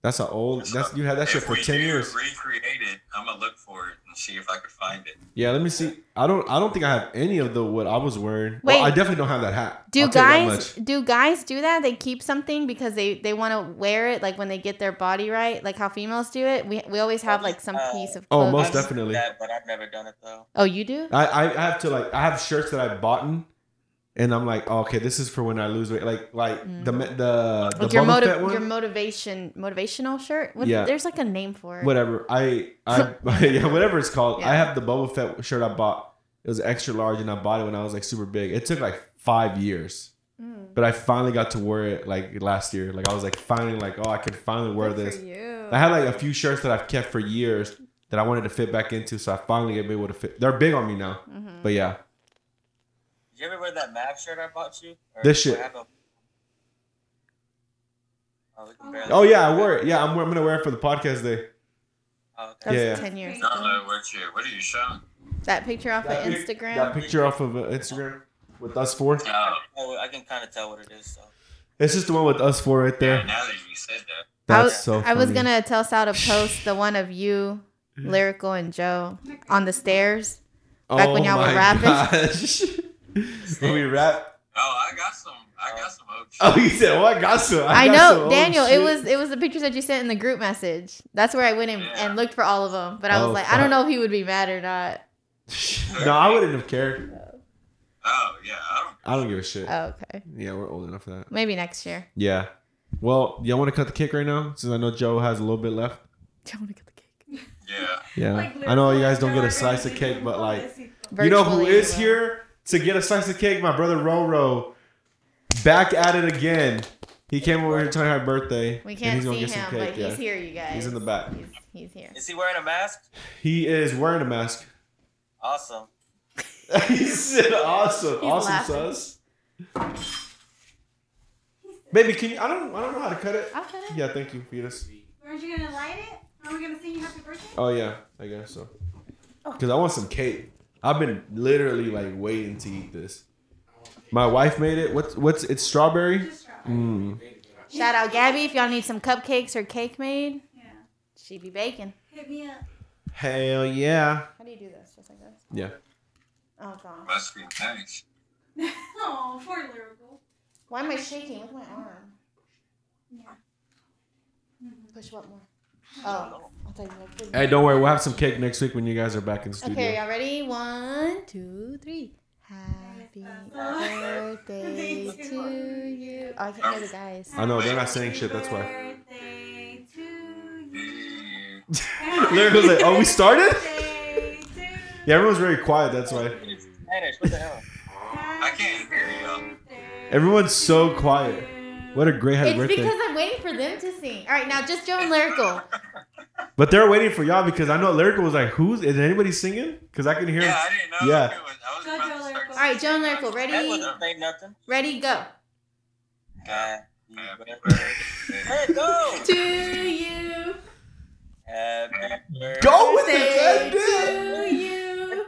[SPEAKER 3] That's an old. That's you had that shit
[SPEAKER 4] if
[SPEAKER 3] for
[SPEAKER 4] we
[SPEAKER 3] ten
[SPEAKER 4] do
[SPEAKER 3] years.
[SPEAKER 4] Recreate it. I'm gonna look for it and see if I can find it.
[SPEAKER 3] Yeah, let me see. I don't. I don't think I have any of the what I was wearing. well,
[SPEAKER 1] Wait.
[SPEAKER 3] I definitely don't have that hat.
[SPEAKER 1] Do
[SPEAKER 3] I'll tell you that
[SPEAKER 1] guys
[SPEAKER 3] much.
[SPEAKER 1] do guys do that? They keep something because they they want to wear it, like when they get their body right, like how females do it. We we always have like some
[SPEAKER 2] Uh,
[SPEAKER 1] piece of.
[SPEAKER 3] Oh,
[SPEAKER 1] Clothing.
[SPEAKER 3] most
[SPEAKER 2] I've seen
[SPEAKER 3] definitely.
[SPEAKER 2] That, but I've never done it though.
[SPEAKER 1] Oh, you do?
[SPEAKER 3] I, I I have to like. I have shirts that I've bought, in, and I'm like, oh, okay, this is for when I lose weight. Like like
[SPEAKER 1] Mm.
[SPEAKER 3] the me- the the
[SPEAKER 1] Like your
[SPEAKER 3] Boba Fett
[SPEAKER 1] motiv-
[SPEAKER 3] one.
[SPEAKER 1] your motivation motivational shirt. What,
[SPEAKER 3] Yeah.
[SPEAKER 1] There's like a name for it.
[SPEAKER 3] whatever. I I yeah, whatever it's called. I
[SPEAKER 1] Yeah.
[SPEAKER 3] have the Boba Fett shirt I bought. It was extra large, and I bought it when I was like super big. It took like five years,
[SPEAKER 1] Mm.
[SPEAKER 3] but I finally got to wear it like last year. Like I was like finally like, oh, I can finally wear
[SPEAKER 1] Good
[SPEAKER 3] this.
[SPEAKER 1] For you.
[SPEAKER 3] I had like a few shirts that I've kept for years that I wanted to fit back into, so I finally am able to fit. They're big on me now,
[SPEAKER 1] Mhm.
[SPEAKER 3] but yeah,
[SPEAKER 2] Did you ever wear that Mav shirt I bought you? Or
[SPEAKER 3] This shit.
[SPEAKER 2] what happened? Oh, we can barely-
[SPEAKER 3] oh yeah, I wore it. Yeah, I'm, I'm gonna wear it for the podcast day.
[SPEAKER 2] Oh, okay.
[SPEAKER 1] that was
[SPEAKER 3] Yeah.
[SPEAKER 1] ten years
[SPEAKER 4] I don't
[SPEAKER 1] ago.
[SPEAKER 4] know what you. What are you showing?
[SPEAKER 1] That picture off of
[SPEAKER 3] pic- that
[SPEAKER 1] Instagram.
[SPEAKER 3] picture off of uh, Instagram with us four.
[SPEAKER 4] No.
[SPEAKER 2] Oh, I can kind of tell what it is. So.
[SPEAKER 3] It's just the one with us four right
[SPEAKER 4] Yeah.
[SPEAKER 3] there.
[SPEAKER 4] Now that you said that,
[SPEAKER 1] I
[SPEAKER 3] That's
[SPEAKER 1] was,
[SPEAKER 3] so.
[SPEAKER 1] I was
[SPEAKER 3] funny.
[SPEAKER 1] gonna tell Sal to post the one of you,
[SPEAKER 3] Mm-hmm.
[SPEAKER 1] lyrical and Joe on the stairs. back when y'all were
[SPEAKER 3] Oh my
[SPEAKER 1] rapping.
[SPEAKER 3] gosh. when we rap.
[SPEAKER 4] oh, I got some. I got some old.
[SPEAKER 3] Oh, you said, "Oh, I got some."
[SPEAKER 1] I,
[SPEAKER 3] got some
[SPEAKER 1] know,
[SPEAKER 3] old
[SPEAKER 1] Daniel. It
[SPEAKER 3] shit."
[SPEAKER 1] was it was the pictures that you sent in the group message. That's where I went and,
[SPEAKER 4] Yeah.
[SPEAKER 1] and looked for all of them. But I was
[SPEAKER 3] Oh,
[SPEAKER 1] like, I don't
[SPEAKER 3] fuck.
[SPEAKER 1] know if he would be mad or not.
[SPEAKER 3] no, I wouldn't have cared.
[SPEAKER 4] Oh yeah, I don't.
[SPEAKER 3] I don't give a shit.
[SPEAKER 1] Oh, okay,
[SPEAKER 3] yeah, we're old enough for that.
[SPEAKER 1] maybe next year.
[SPEAKER 3] Yeah. Well, y'all want to cut the kick right now, since I know Joe has a little bit left.
[SPEAKER 1] I want to get the cake.
[SPEAKER 4] Yeah.
[SPEAKER 3] Yeah,
[SPEAKER 5] Like,
[SPEAKER 3] I know you
[SPEAKER 5] literally,
[SPEAKER 3] guys don't get a
[SPEAKER 5] like,
[SPEAKER 3] slice of
[SPEAKER 5] everything
[SPEAKER 3] cake, but
[SPEAKER 5] from
[SPEAKER 3] like,
[SPEAKER 5] this-
[SPEAKER 3] you know who
[SPEAKER 1] Virtually,
[SPEAKER 3] is
[SPEAKER 1] well.
[SPEAKER 3] here to get a slice of cake? My brother Roro, back at it again. He came over here to tell her birthday.
[SPEAKER 1] We
[SPEAKER 3] and
[SPEAKER 1] can't
[SPEAKER 3] he's gonna
[SPEAKER 1] see
[SPEAKER 3] get
[SPEAKER 1] him,
[SPEAKER 3] some cake,
[SPEAKER 1] but
[SPEAKER 3] yeah.
[SPEAKER 1] he's here, you guys.
[SPEAKER 3] He's in the back.
[SPEAKER 1] He's, he's here.
[SPEAKER 2] Is he wearing a mask?
[SPEAKER 3] He is wearing a mask.
[SPEAKER 2] Awesome.
[SPEAKER 3] he said, "Awesome, awesome,
[SPEAKER 1] laughing.
[SPEAKER 3] sus." Baby, can you? I don't. I don't know how to cut it.
[SPEAKER 1] I'll cut it.
[SPEAKER 3] Yeah, thank you, fetus.
[SPEAKER 5] Aren't you gonna light it? Are we gonna sing you happy birthday?
[SPEAKER 3] Oh yeah, I guess so.
[SPEAKER 1] Oh.
[SPEAKER 3] Because I want some cake. I've been literally like waiting to eat this. My wife made it. What's what's? It's strawberry.
[SPEAKER 5] Just try.
[SPEAKER 3] Mm.
[SPEAKER 1] Shout out Gabby if y'all need some cupcakes or cake made.
[SPEAKER 5] Yeah.
[SPEAKER 1] She be baking.
[SPEAKER 5] Hit me up.
[SPEAKER 3] Hell yeah.
[SPEAKER 1] How do you do this? Just like this?
[SPEAKER 3] Yeah.
[SPEAKER 1] Oh god.
[SPEAKER 4] Must be nice.
[SPEAKER 5] oh, poor lyrical.
[SPEAKER 1] Why am I shaking with my arm?
[SPEAKER 5] Yeah.
[SPEAKER 1] Push what more? Mm-hmm. Oh, I'll tell you what.
[SPEAKER 3] Hey, don't worry. We'll have some cake next week when you guys are back in the studio.
[SPEAKER 1] Okay, y'all ready? One, two, three. Happy birthday
[SPEAKER 5] Thank you.
[SPEAKER 1] to you. Oh, I can't hear the guys.
[SPEAKER 3] I know they're not saying shit. That's why.
[SPEAKER 5] Happy birthday to you.
[SPEAKER 4] Yeah.
[SPEAKER 3] Lyrical's like, "Oh, we started?"
[SPEAKER 5] Birthday to
[SPEAKER 3] Yeah, everyone's very quiet. That's why.
[SPEAKER 2] It's Spanish. What the hell?
[SPEAKER 4] I can't hear y'all.
[SPEAKER 5] birthday
[SPEAKER 3] Everyone's so quiet. What a great happy
[SPEAKER 1] It's
[SPEAKER 3] birthday.
[SPEAKER 1] because I'm waiting for them to sing. All right, now just Joe and Lyrical.
[SPEAKER 3] But they're waiting for y'all because I know Lyrical was like, "Who's is anybody singing?" Because I can hear.
[SPEAKER 4] Yeah, I didn't know.
[SPEAKER 3] Yeah.
[SPEAKER 4] if it was- I was
[SPEAKER 5] Go,
[SPEAKER 4] about
[SPEAKER 5] Joe
[SPEAKER 4] to start.
[SPEAKER 5] Lyrical.
[SPEAKER 1] All right, Joe and Lyrical,
[SPEAKER 2] That
[SPEAKER 1] ready?
[SPEAKER 2] wasn't saying nothing.
[SPEAKER 1] Ready, go.
[SPEAKER 2] God.
[SPEAKER 4] Happy
[SPEAKER 2] Hey,
[SPEAKER 4] birthday.
[SPEAKER 2] go!
[SPEAKER 1] To you.
[SPEAKER 2] Happy birthday.
[SPEAKER 3] Go with it.
[SPEAKER 1] Say
[SPEAKER 3] that's it.
[SPEAKER 1] to you.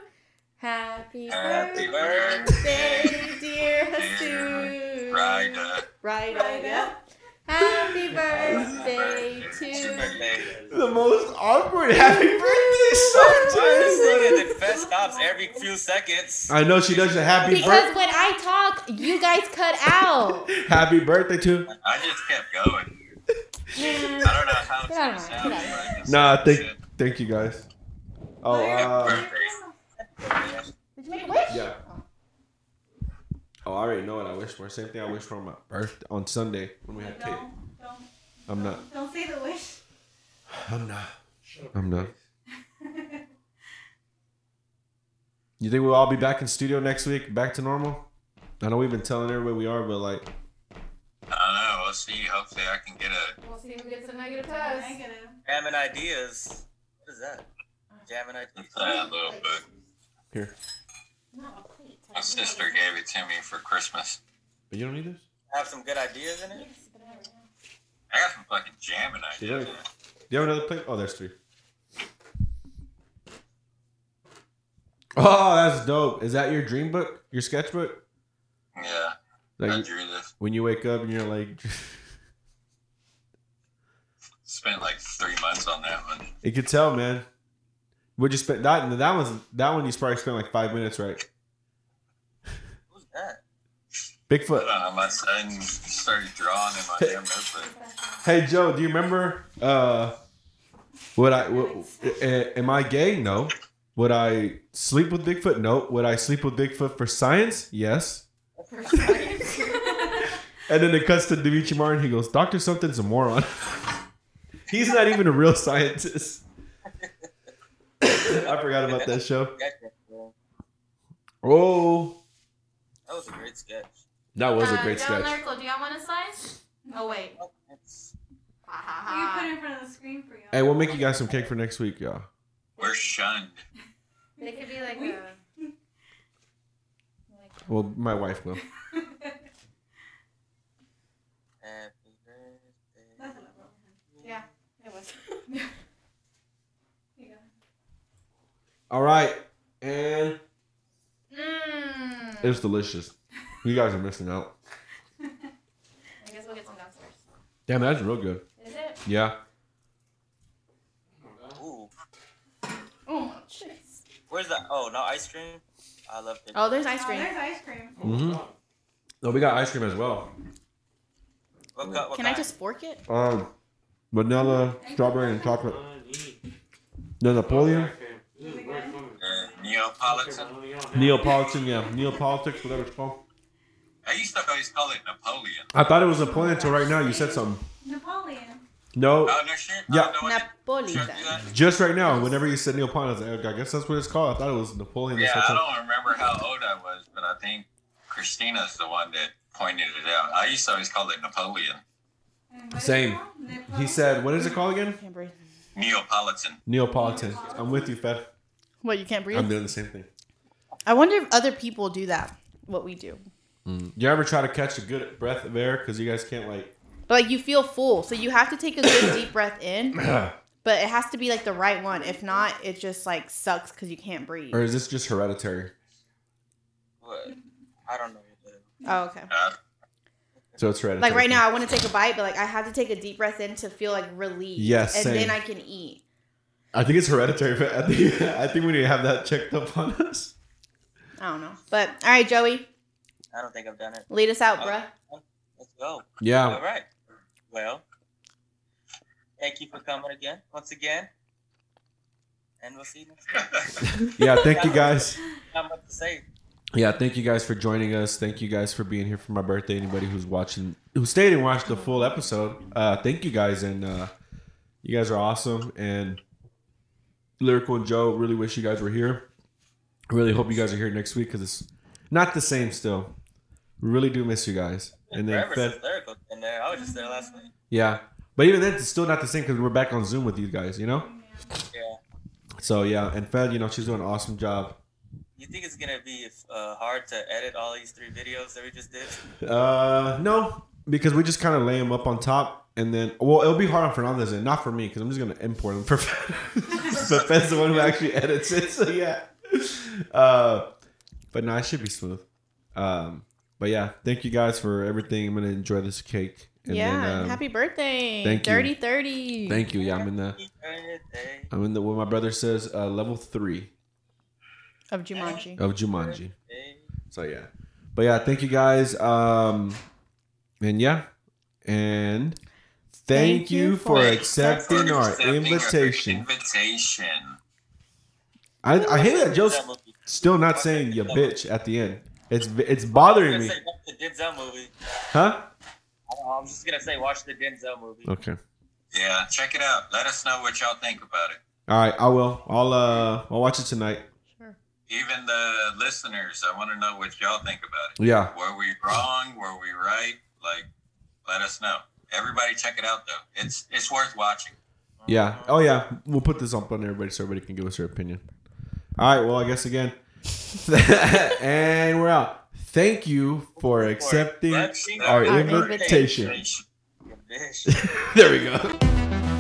[SPEAKER 1] Happy,
[SPEAKER 4] Happy
[SPEAKER 1] birthday, dear
[SPEAKER 4] Dear
[SPEAKER 1] Hasu.
[SPEAKER 4] Right. uh,
[SPEAKER 1] Right,
[SPEAKER 5] Right
[SPEAKER 1] yeah.
[SPEAKER 5] up.
[SPEAKER 1] Happy birthday
[SPEAKER 4] birthday
[SPEAKER 1] to
[SPEAKER 2] Happy
[SPEAKER 1] you.
[SPEAKER 2] birthday.
[SPEAKER 3] The most awkward happy birthday
[SPEAKER 2] Why is it
[SPEAKER 3] song.
[SPEAKER 2] singing the fest stops every few seconds?
[SPEAKER 3] I know she does the happy
[SPEAKER 1] Because
[SPEAKER 3] birthday.
[SPEAKER 1] when I talk, you guys cut out.
[SPEAKER 3] Happy birthday to.
[SPEAKER 4] I just kept going. I
[SPEAKER 1] Yeah.
[SPEAKER 4] don't know how it's
[SPEAKER 1] Get out
[SPEAKER 4] gonna
[SPEAKER 1] of my-
[SPEAKER 4] sound.
[SPEAKER 1] get out of
[SPEAKER 4] but I just-
[SPEAKER 3] Nah, thank thank you guys. Oh uh,
[SPEAKER 4] Happy birthday.
[SPEAKER 1] Did you make a wish?
[SPEAKER 3] yeah. Oh, I already know what I wish for. Same thing I wish for on my birth on Sunday when we had cake.
[SPEAKER 5] Don't, don't,
[SPEAKER 3] I'm not.
[SPEAKER 5] don't say the wish.
[SPEAKER 3] I'm not. I'm not. You think we'll all be back in studio next week, back to normal? I know we've been telling everybody we are, but like,
[SPEAKER 4] I don't know. We'll see. Hopefully, I can get a.
[SPEAKER 1] We'll see who gets a negative
[SPEAKER 5] I get it.
[SPEAKER 2] Jamming ideas. What is that? Jamming ideas.
[SPEAKER 4] It's a little book.
[SPEAKER 3] here.
[SPEAKER 4] My sister gave it to me for Christmas.
[SPEAKER 3] You don't need this.
[SPEAKER 2] Have some good ideas in it.
[SPEAKER 4] I got some fucking jamming ideas.
[SPEAKER 3] Yeah. Do you have another plate? Oh, there's three. Oh, that's dope. Is that your dream book? Your sketchbook?
[SPEAKER 4] Yeah, I
[SPEAKER 3] Like
[SPEAKER 4] drew this.
[SPEAKER 3] when you wake up and you're like,
[SPEAKER 4] Spent like three months on that one.
[SPEAKER 3] it could tell, man. Would you spend that? That one's that one. You probably spent like five minutes, right?
[SPEAKER 2] Who's that?
[SPEAKER 4] But
[SPEAKER 3] Bigfoot.
[SPEAKER 4] uh, my son started drawing in my damn notebook.
[SPEAKER 3] Hey Joe, do you remember uh would I w- a- am I gay? No. Would I sleep with Bigfoot? No. Would I sleep with Bigfoot for science? Yes. And then it cuts to Dimitri Martin. He goes, Doctor something's a moron. He's not even a real scientist. I forgot about that show.
[SPEAKER 2] Sketch, bro.
[SPEAKER 3] Oh,
[SPEAKER 2] That was a great sketch.
[SPEAKER 3] that was a
[SPEAKER 1] Uh,
[SPEAKER 3] great
[SPEAKER 1] Joe
[SPEAKER 3] sketch.
[SPEAKER 1] Lyrical, do y'all want a slice? Oh wait.
[SPEAKER 2] It's-
[SPEAKER 5] We can put it in front of the screen for you.
[SPEAKER 3] Hey, we'll make you guys some cake for next week, y'all.
[SPEAKER 4] We're shunned.
[SPEAKER 1] They could be like
[SPEAKER 5] We-
[SPEAKER 1] a-
[SPEAKER 3] Well, my wife will.
[SPEAKER 2] Happy birthday.
[SPEAKER 5] That's what I wrote.
[SPEAKER 1] Yeah, it was.
[SPEAKER 5] Here you go.
[SPEAKER 3] All right, and
[SPEAKER 1] Mmm.
[SPEAKER 3] it's delicious. You guys are missing out.
[SPEAKER 1] I guess we'll get some downstairs.
[SPEAKER 3] Damn, that's real good.
[SPEAKER 1] Is it?
[SPEAKER 3] Yeah.
[SPEAKER 2] Ooh.
[SPEAKER 1] Oh my jeez.
[SPEAKER 2] Where's that? Oh, no ice cream. I love it.
[SPEAKER 1] Oh, there's ice
[SPEAKER 5] Oh,
[SPEAKER 1] cream.
[SPEAKER 5] there's ice cream.
[SPEAKER 3] Mm-hmm. No, we got ice cream as well.
[SPEAKER 2] What, co- what
[SPEAKER 1] Can I
[SPEAKER 2] kind?
[SPEAKER 1] just fork it?
[SPEAKER 3] Um, vanilla, strawberry, and chocolate. The Napoleon,
[SPEAKER 4] Uh, Neapolitan.
[SPEAKER 3] Neapolitan, yeah, Neapolitics, whatever it's called.
[SPEAKER 4] I used to always call it Napoleon.
[SPEAKER 3] I thought it was Napoleon until right now. You said something.
[SPEAKER 5] Napoleon.
[SPEAKER 3] No,
[SPEAKER 4] Oh no shit.
[SPEAKER 3] Yeah.
[SPEAKER 4] I don't know what it- should I do
[SPEAKER 1] Napolitan.
[SPEAKER 4] that?
[SPEAKER 3] just right now. Whenever you said Neapolitan, I was like, "Okay, I guess that's what it's called. I thought it was Napoleon. or
[SPEAKER 4] Yeah, I
[SPEAKER 3] something.
[SPEAKER 4] don't remember how old I was, but I think Christina's the one that pointed it out. I used to always call it Napoleon.
[SPEAKER 5] And what is it
[SPEAKER 3] Same.
[SPEAKER 5] called? Nip-
[SPEAKER 3] He said, "What is it called again?"
[SPEAKER 1] Can't breathe.
[SPEAKER 4] Neapolitan.
[SPEAKER 3] Neapolitan. I'm with you, Fed.
[SPEAKER 1] What you can't breathe?
[SPEAKER 3] I'm doing the same thing.
[SPEAKER 1] I wonder if other people do that. What we do,
[SPEAKER 3] You ever try to catch a good breath of air because you guys can't like?
[SPEAKER 1] but like you feel full, so you have to take a good deep breath in, but it has to be like the right one. If not, it just like sucks because you can't breathe.
[SPEAKER 3] Or is this just hereditary?
[SPEAKER 2] What? I don't know.
[SPEAKER 1] Oh, okay.
[SPEAKER 4] Uh,
[SPEAKER 3] So it's hereditary.
[SPEAKER 1] Like right now, I want to take a bite, but like I have to take a deep breath in to feel like relief.
[SPEAKER 3] Yes,
[SPEAKER 1] and
[SPEAKER 3] same.
[SPEAKER 1] then I can eat.
[SPEAKER 3] I think it's hereditary, but I think I think we need to have that checked up on us.
[SPEAKER 1] I don't know, but all right, Joey,
[SPEAKER 2] I don't think I've done it.
[SPEAKER 1] lead us out,
[SPEAKER 2] Oh.
[SPEAKER 1] bruh.
[SPEAKER 2] Let's go. All
[SPEAKER 3] Yeah.
[SPEAKER 2] right. Well, thank you for coming again, once again. And we'll see you next time.
[SPEAKER 3] Yeah. Thank you guys.
[SPEAKER 2] Not much to say.
[SPEAKER 3] Yeah, thank you guys for joining us. Thank you guys for being here for my birthday. Anybody who's watching, who stayed and watched the full episode, uh, thank you guys, and uh, you guys are awesome. And Lyrical and Joe, really wish you guys were here. Really hope you guys are here next week because it's not the same. Still, really do miss you guys. And then
[SPEAKER 2] Forever
[SPEAKER 3] Fed,
[SPEAKER 2] since lyrical been there. I was just there last week.
[SPEAKER 3] yeah, but even then, it's still not the same because we're back on Zoom with you guys. You know.
[SPEAKER 2] Yeah.
[SPEAKER 3] So yeah, and Fed, you know, she's doing an awesome job.
[SPEAKER 2] You think it's gonna be uh, hard to edit all these three videos that we just did?
[SPEAKER 3] Uh, no, because we just kind of lay them up on top, and then well, it'll be hard on Fernandez and not for me because I'm just gonna import them for. but Fed's the one who actually edits it, so yeah. Uh, but no, it should be smooth. Um, but yeah, thank you guys for everything. I'm gonna enjoy this cake.
[SPEAKER 1] yeah,
[SPEAKER 3] then, um,
[SPEAKER 1] happy birthday.
[SPEAKER 3] thank you.
[SPEAKER 1] Dirty thirty.
[SPEAKER 3] Thank you. Yeah, I'm in the.
[SPEAKER 2] Birthday.
[SPEAKER 3] I'm in the what my brother says uh, level three
[SPEAKER 1] of Jumanji.
[SPEAKER 3] of Jumanji. So yeah, but yeah, thank you guys. Um, and yeah, and thank,
[SPEAKER 1] Thank
[SPEAKER 3] you
[SPEAKER 1] you
[SPEAKER 3] for
[SPEAKER 1] for
[SPEAKER 3] accepting our
[SPEAKER 4] accepting
[SPEAKER 3] invitation.
[SPEAKER 4] invitation.
[SPEAKER 3] I, I hate that Joe's
[SPEAKER 2] Denzel movie.
[SPEAKER 3] still not saying "you bitch" at the end. It's it's bothering
[SPEAKER 2] I'm
[SPEAKER 3] me,
[SPEAKER 2] just gonna say, watch the Denzel movie.
[SPEAKER 3] huh?
[SPEAKER 2] I don't know, I'm just gonna say watch the Denzel movie.
[SPEAKER 3] Okay.
[SPEAKER 4] Yeah, check it out. Let us know what y'all think about it.
[SPEAKER 3] All right, I will. I'll uh, I'll watch it tonight.
[SPEAKER 1] Sure.
[SPEAKER 4] Even the listeners, I want to know what y'all think about it.
[SPEAKER 3] Yeah,
[SPEAKER 4] Were we wrong? Were we right? Like, let us know. Everybody, check it out though. It's it's worth watching.
[SPEAKER 3] yeah. Oh yeah, we'll put this up on everybody so everybody can give us their opinion. All right. Well, I guess again, and we're out. Thank you for accepting
[SPEAKER 2] accepting
[SPEAKER 3] our
[SPEAKER 2] our
[SPEAKER 3] invitation.
[SPEAKER 2] invitation. You bitch.
[SPEAKER 3] There we go.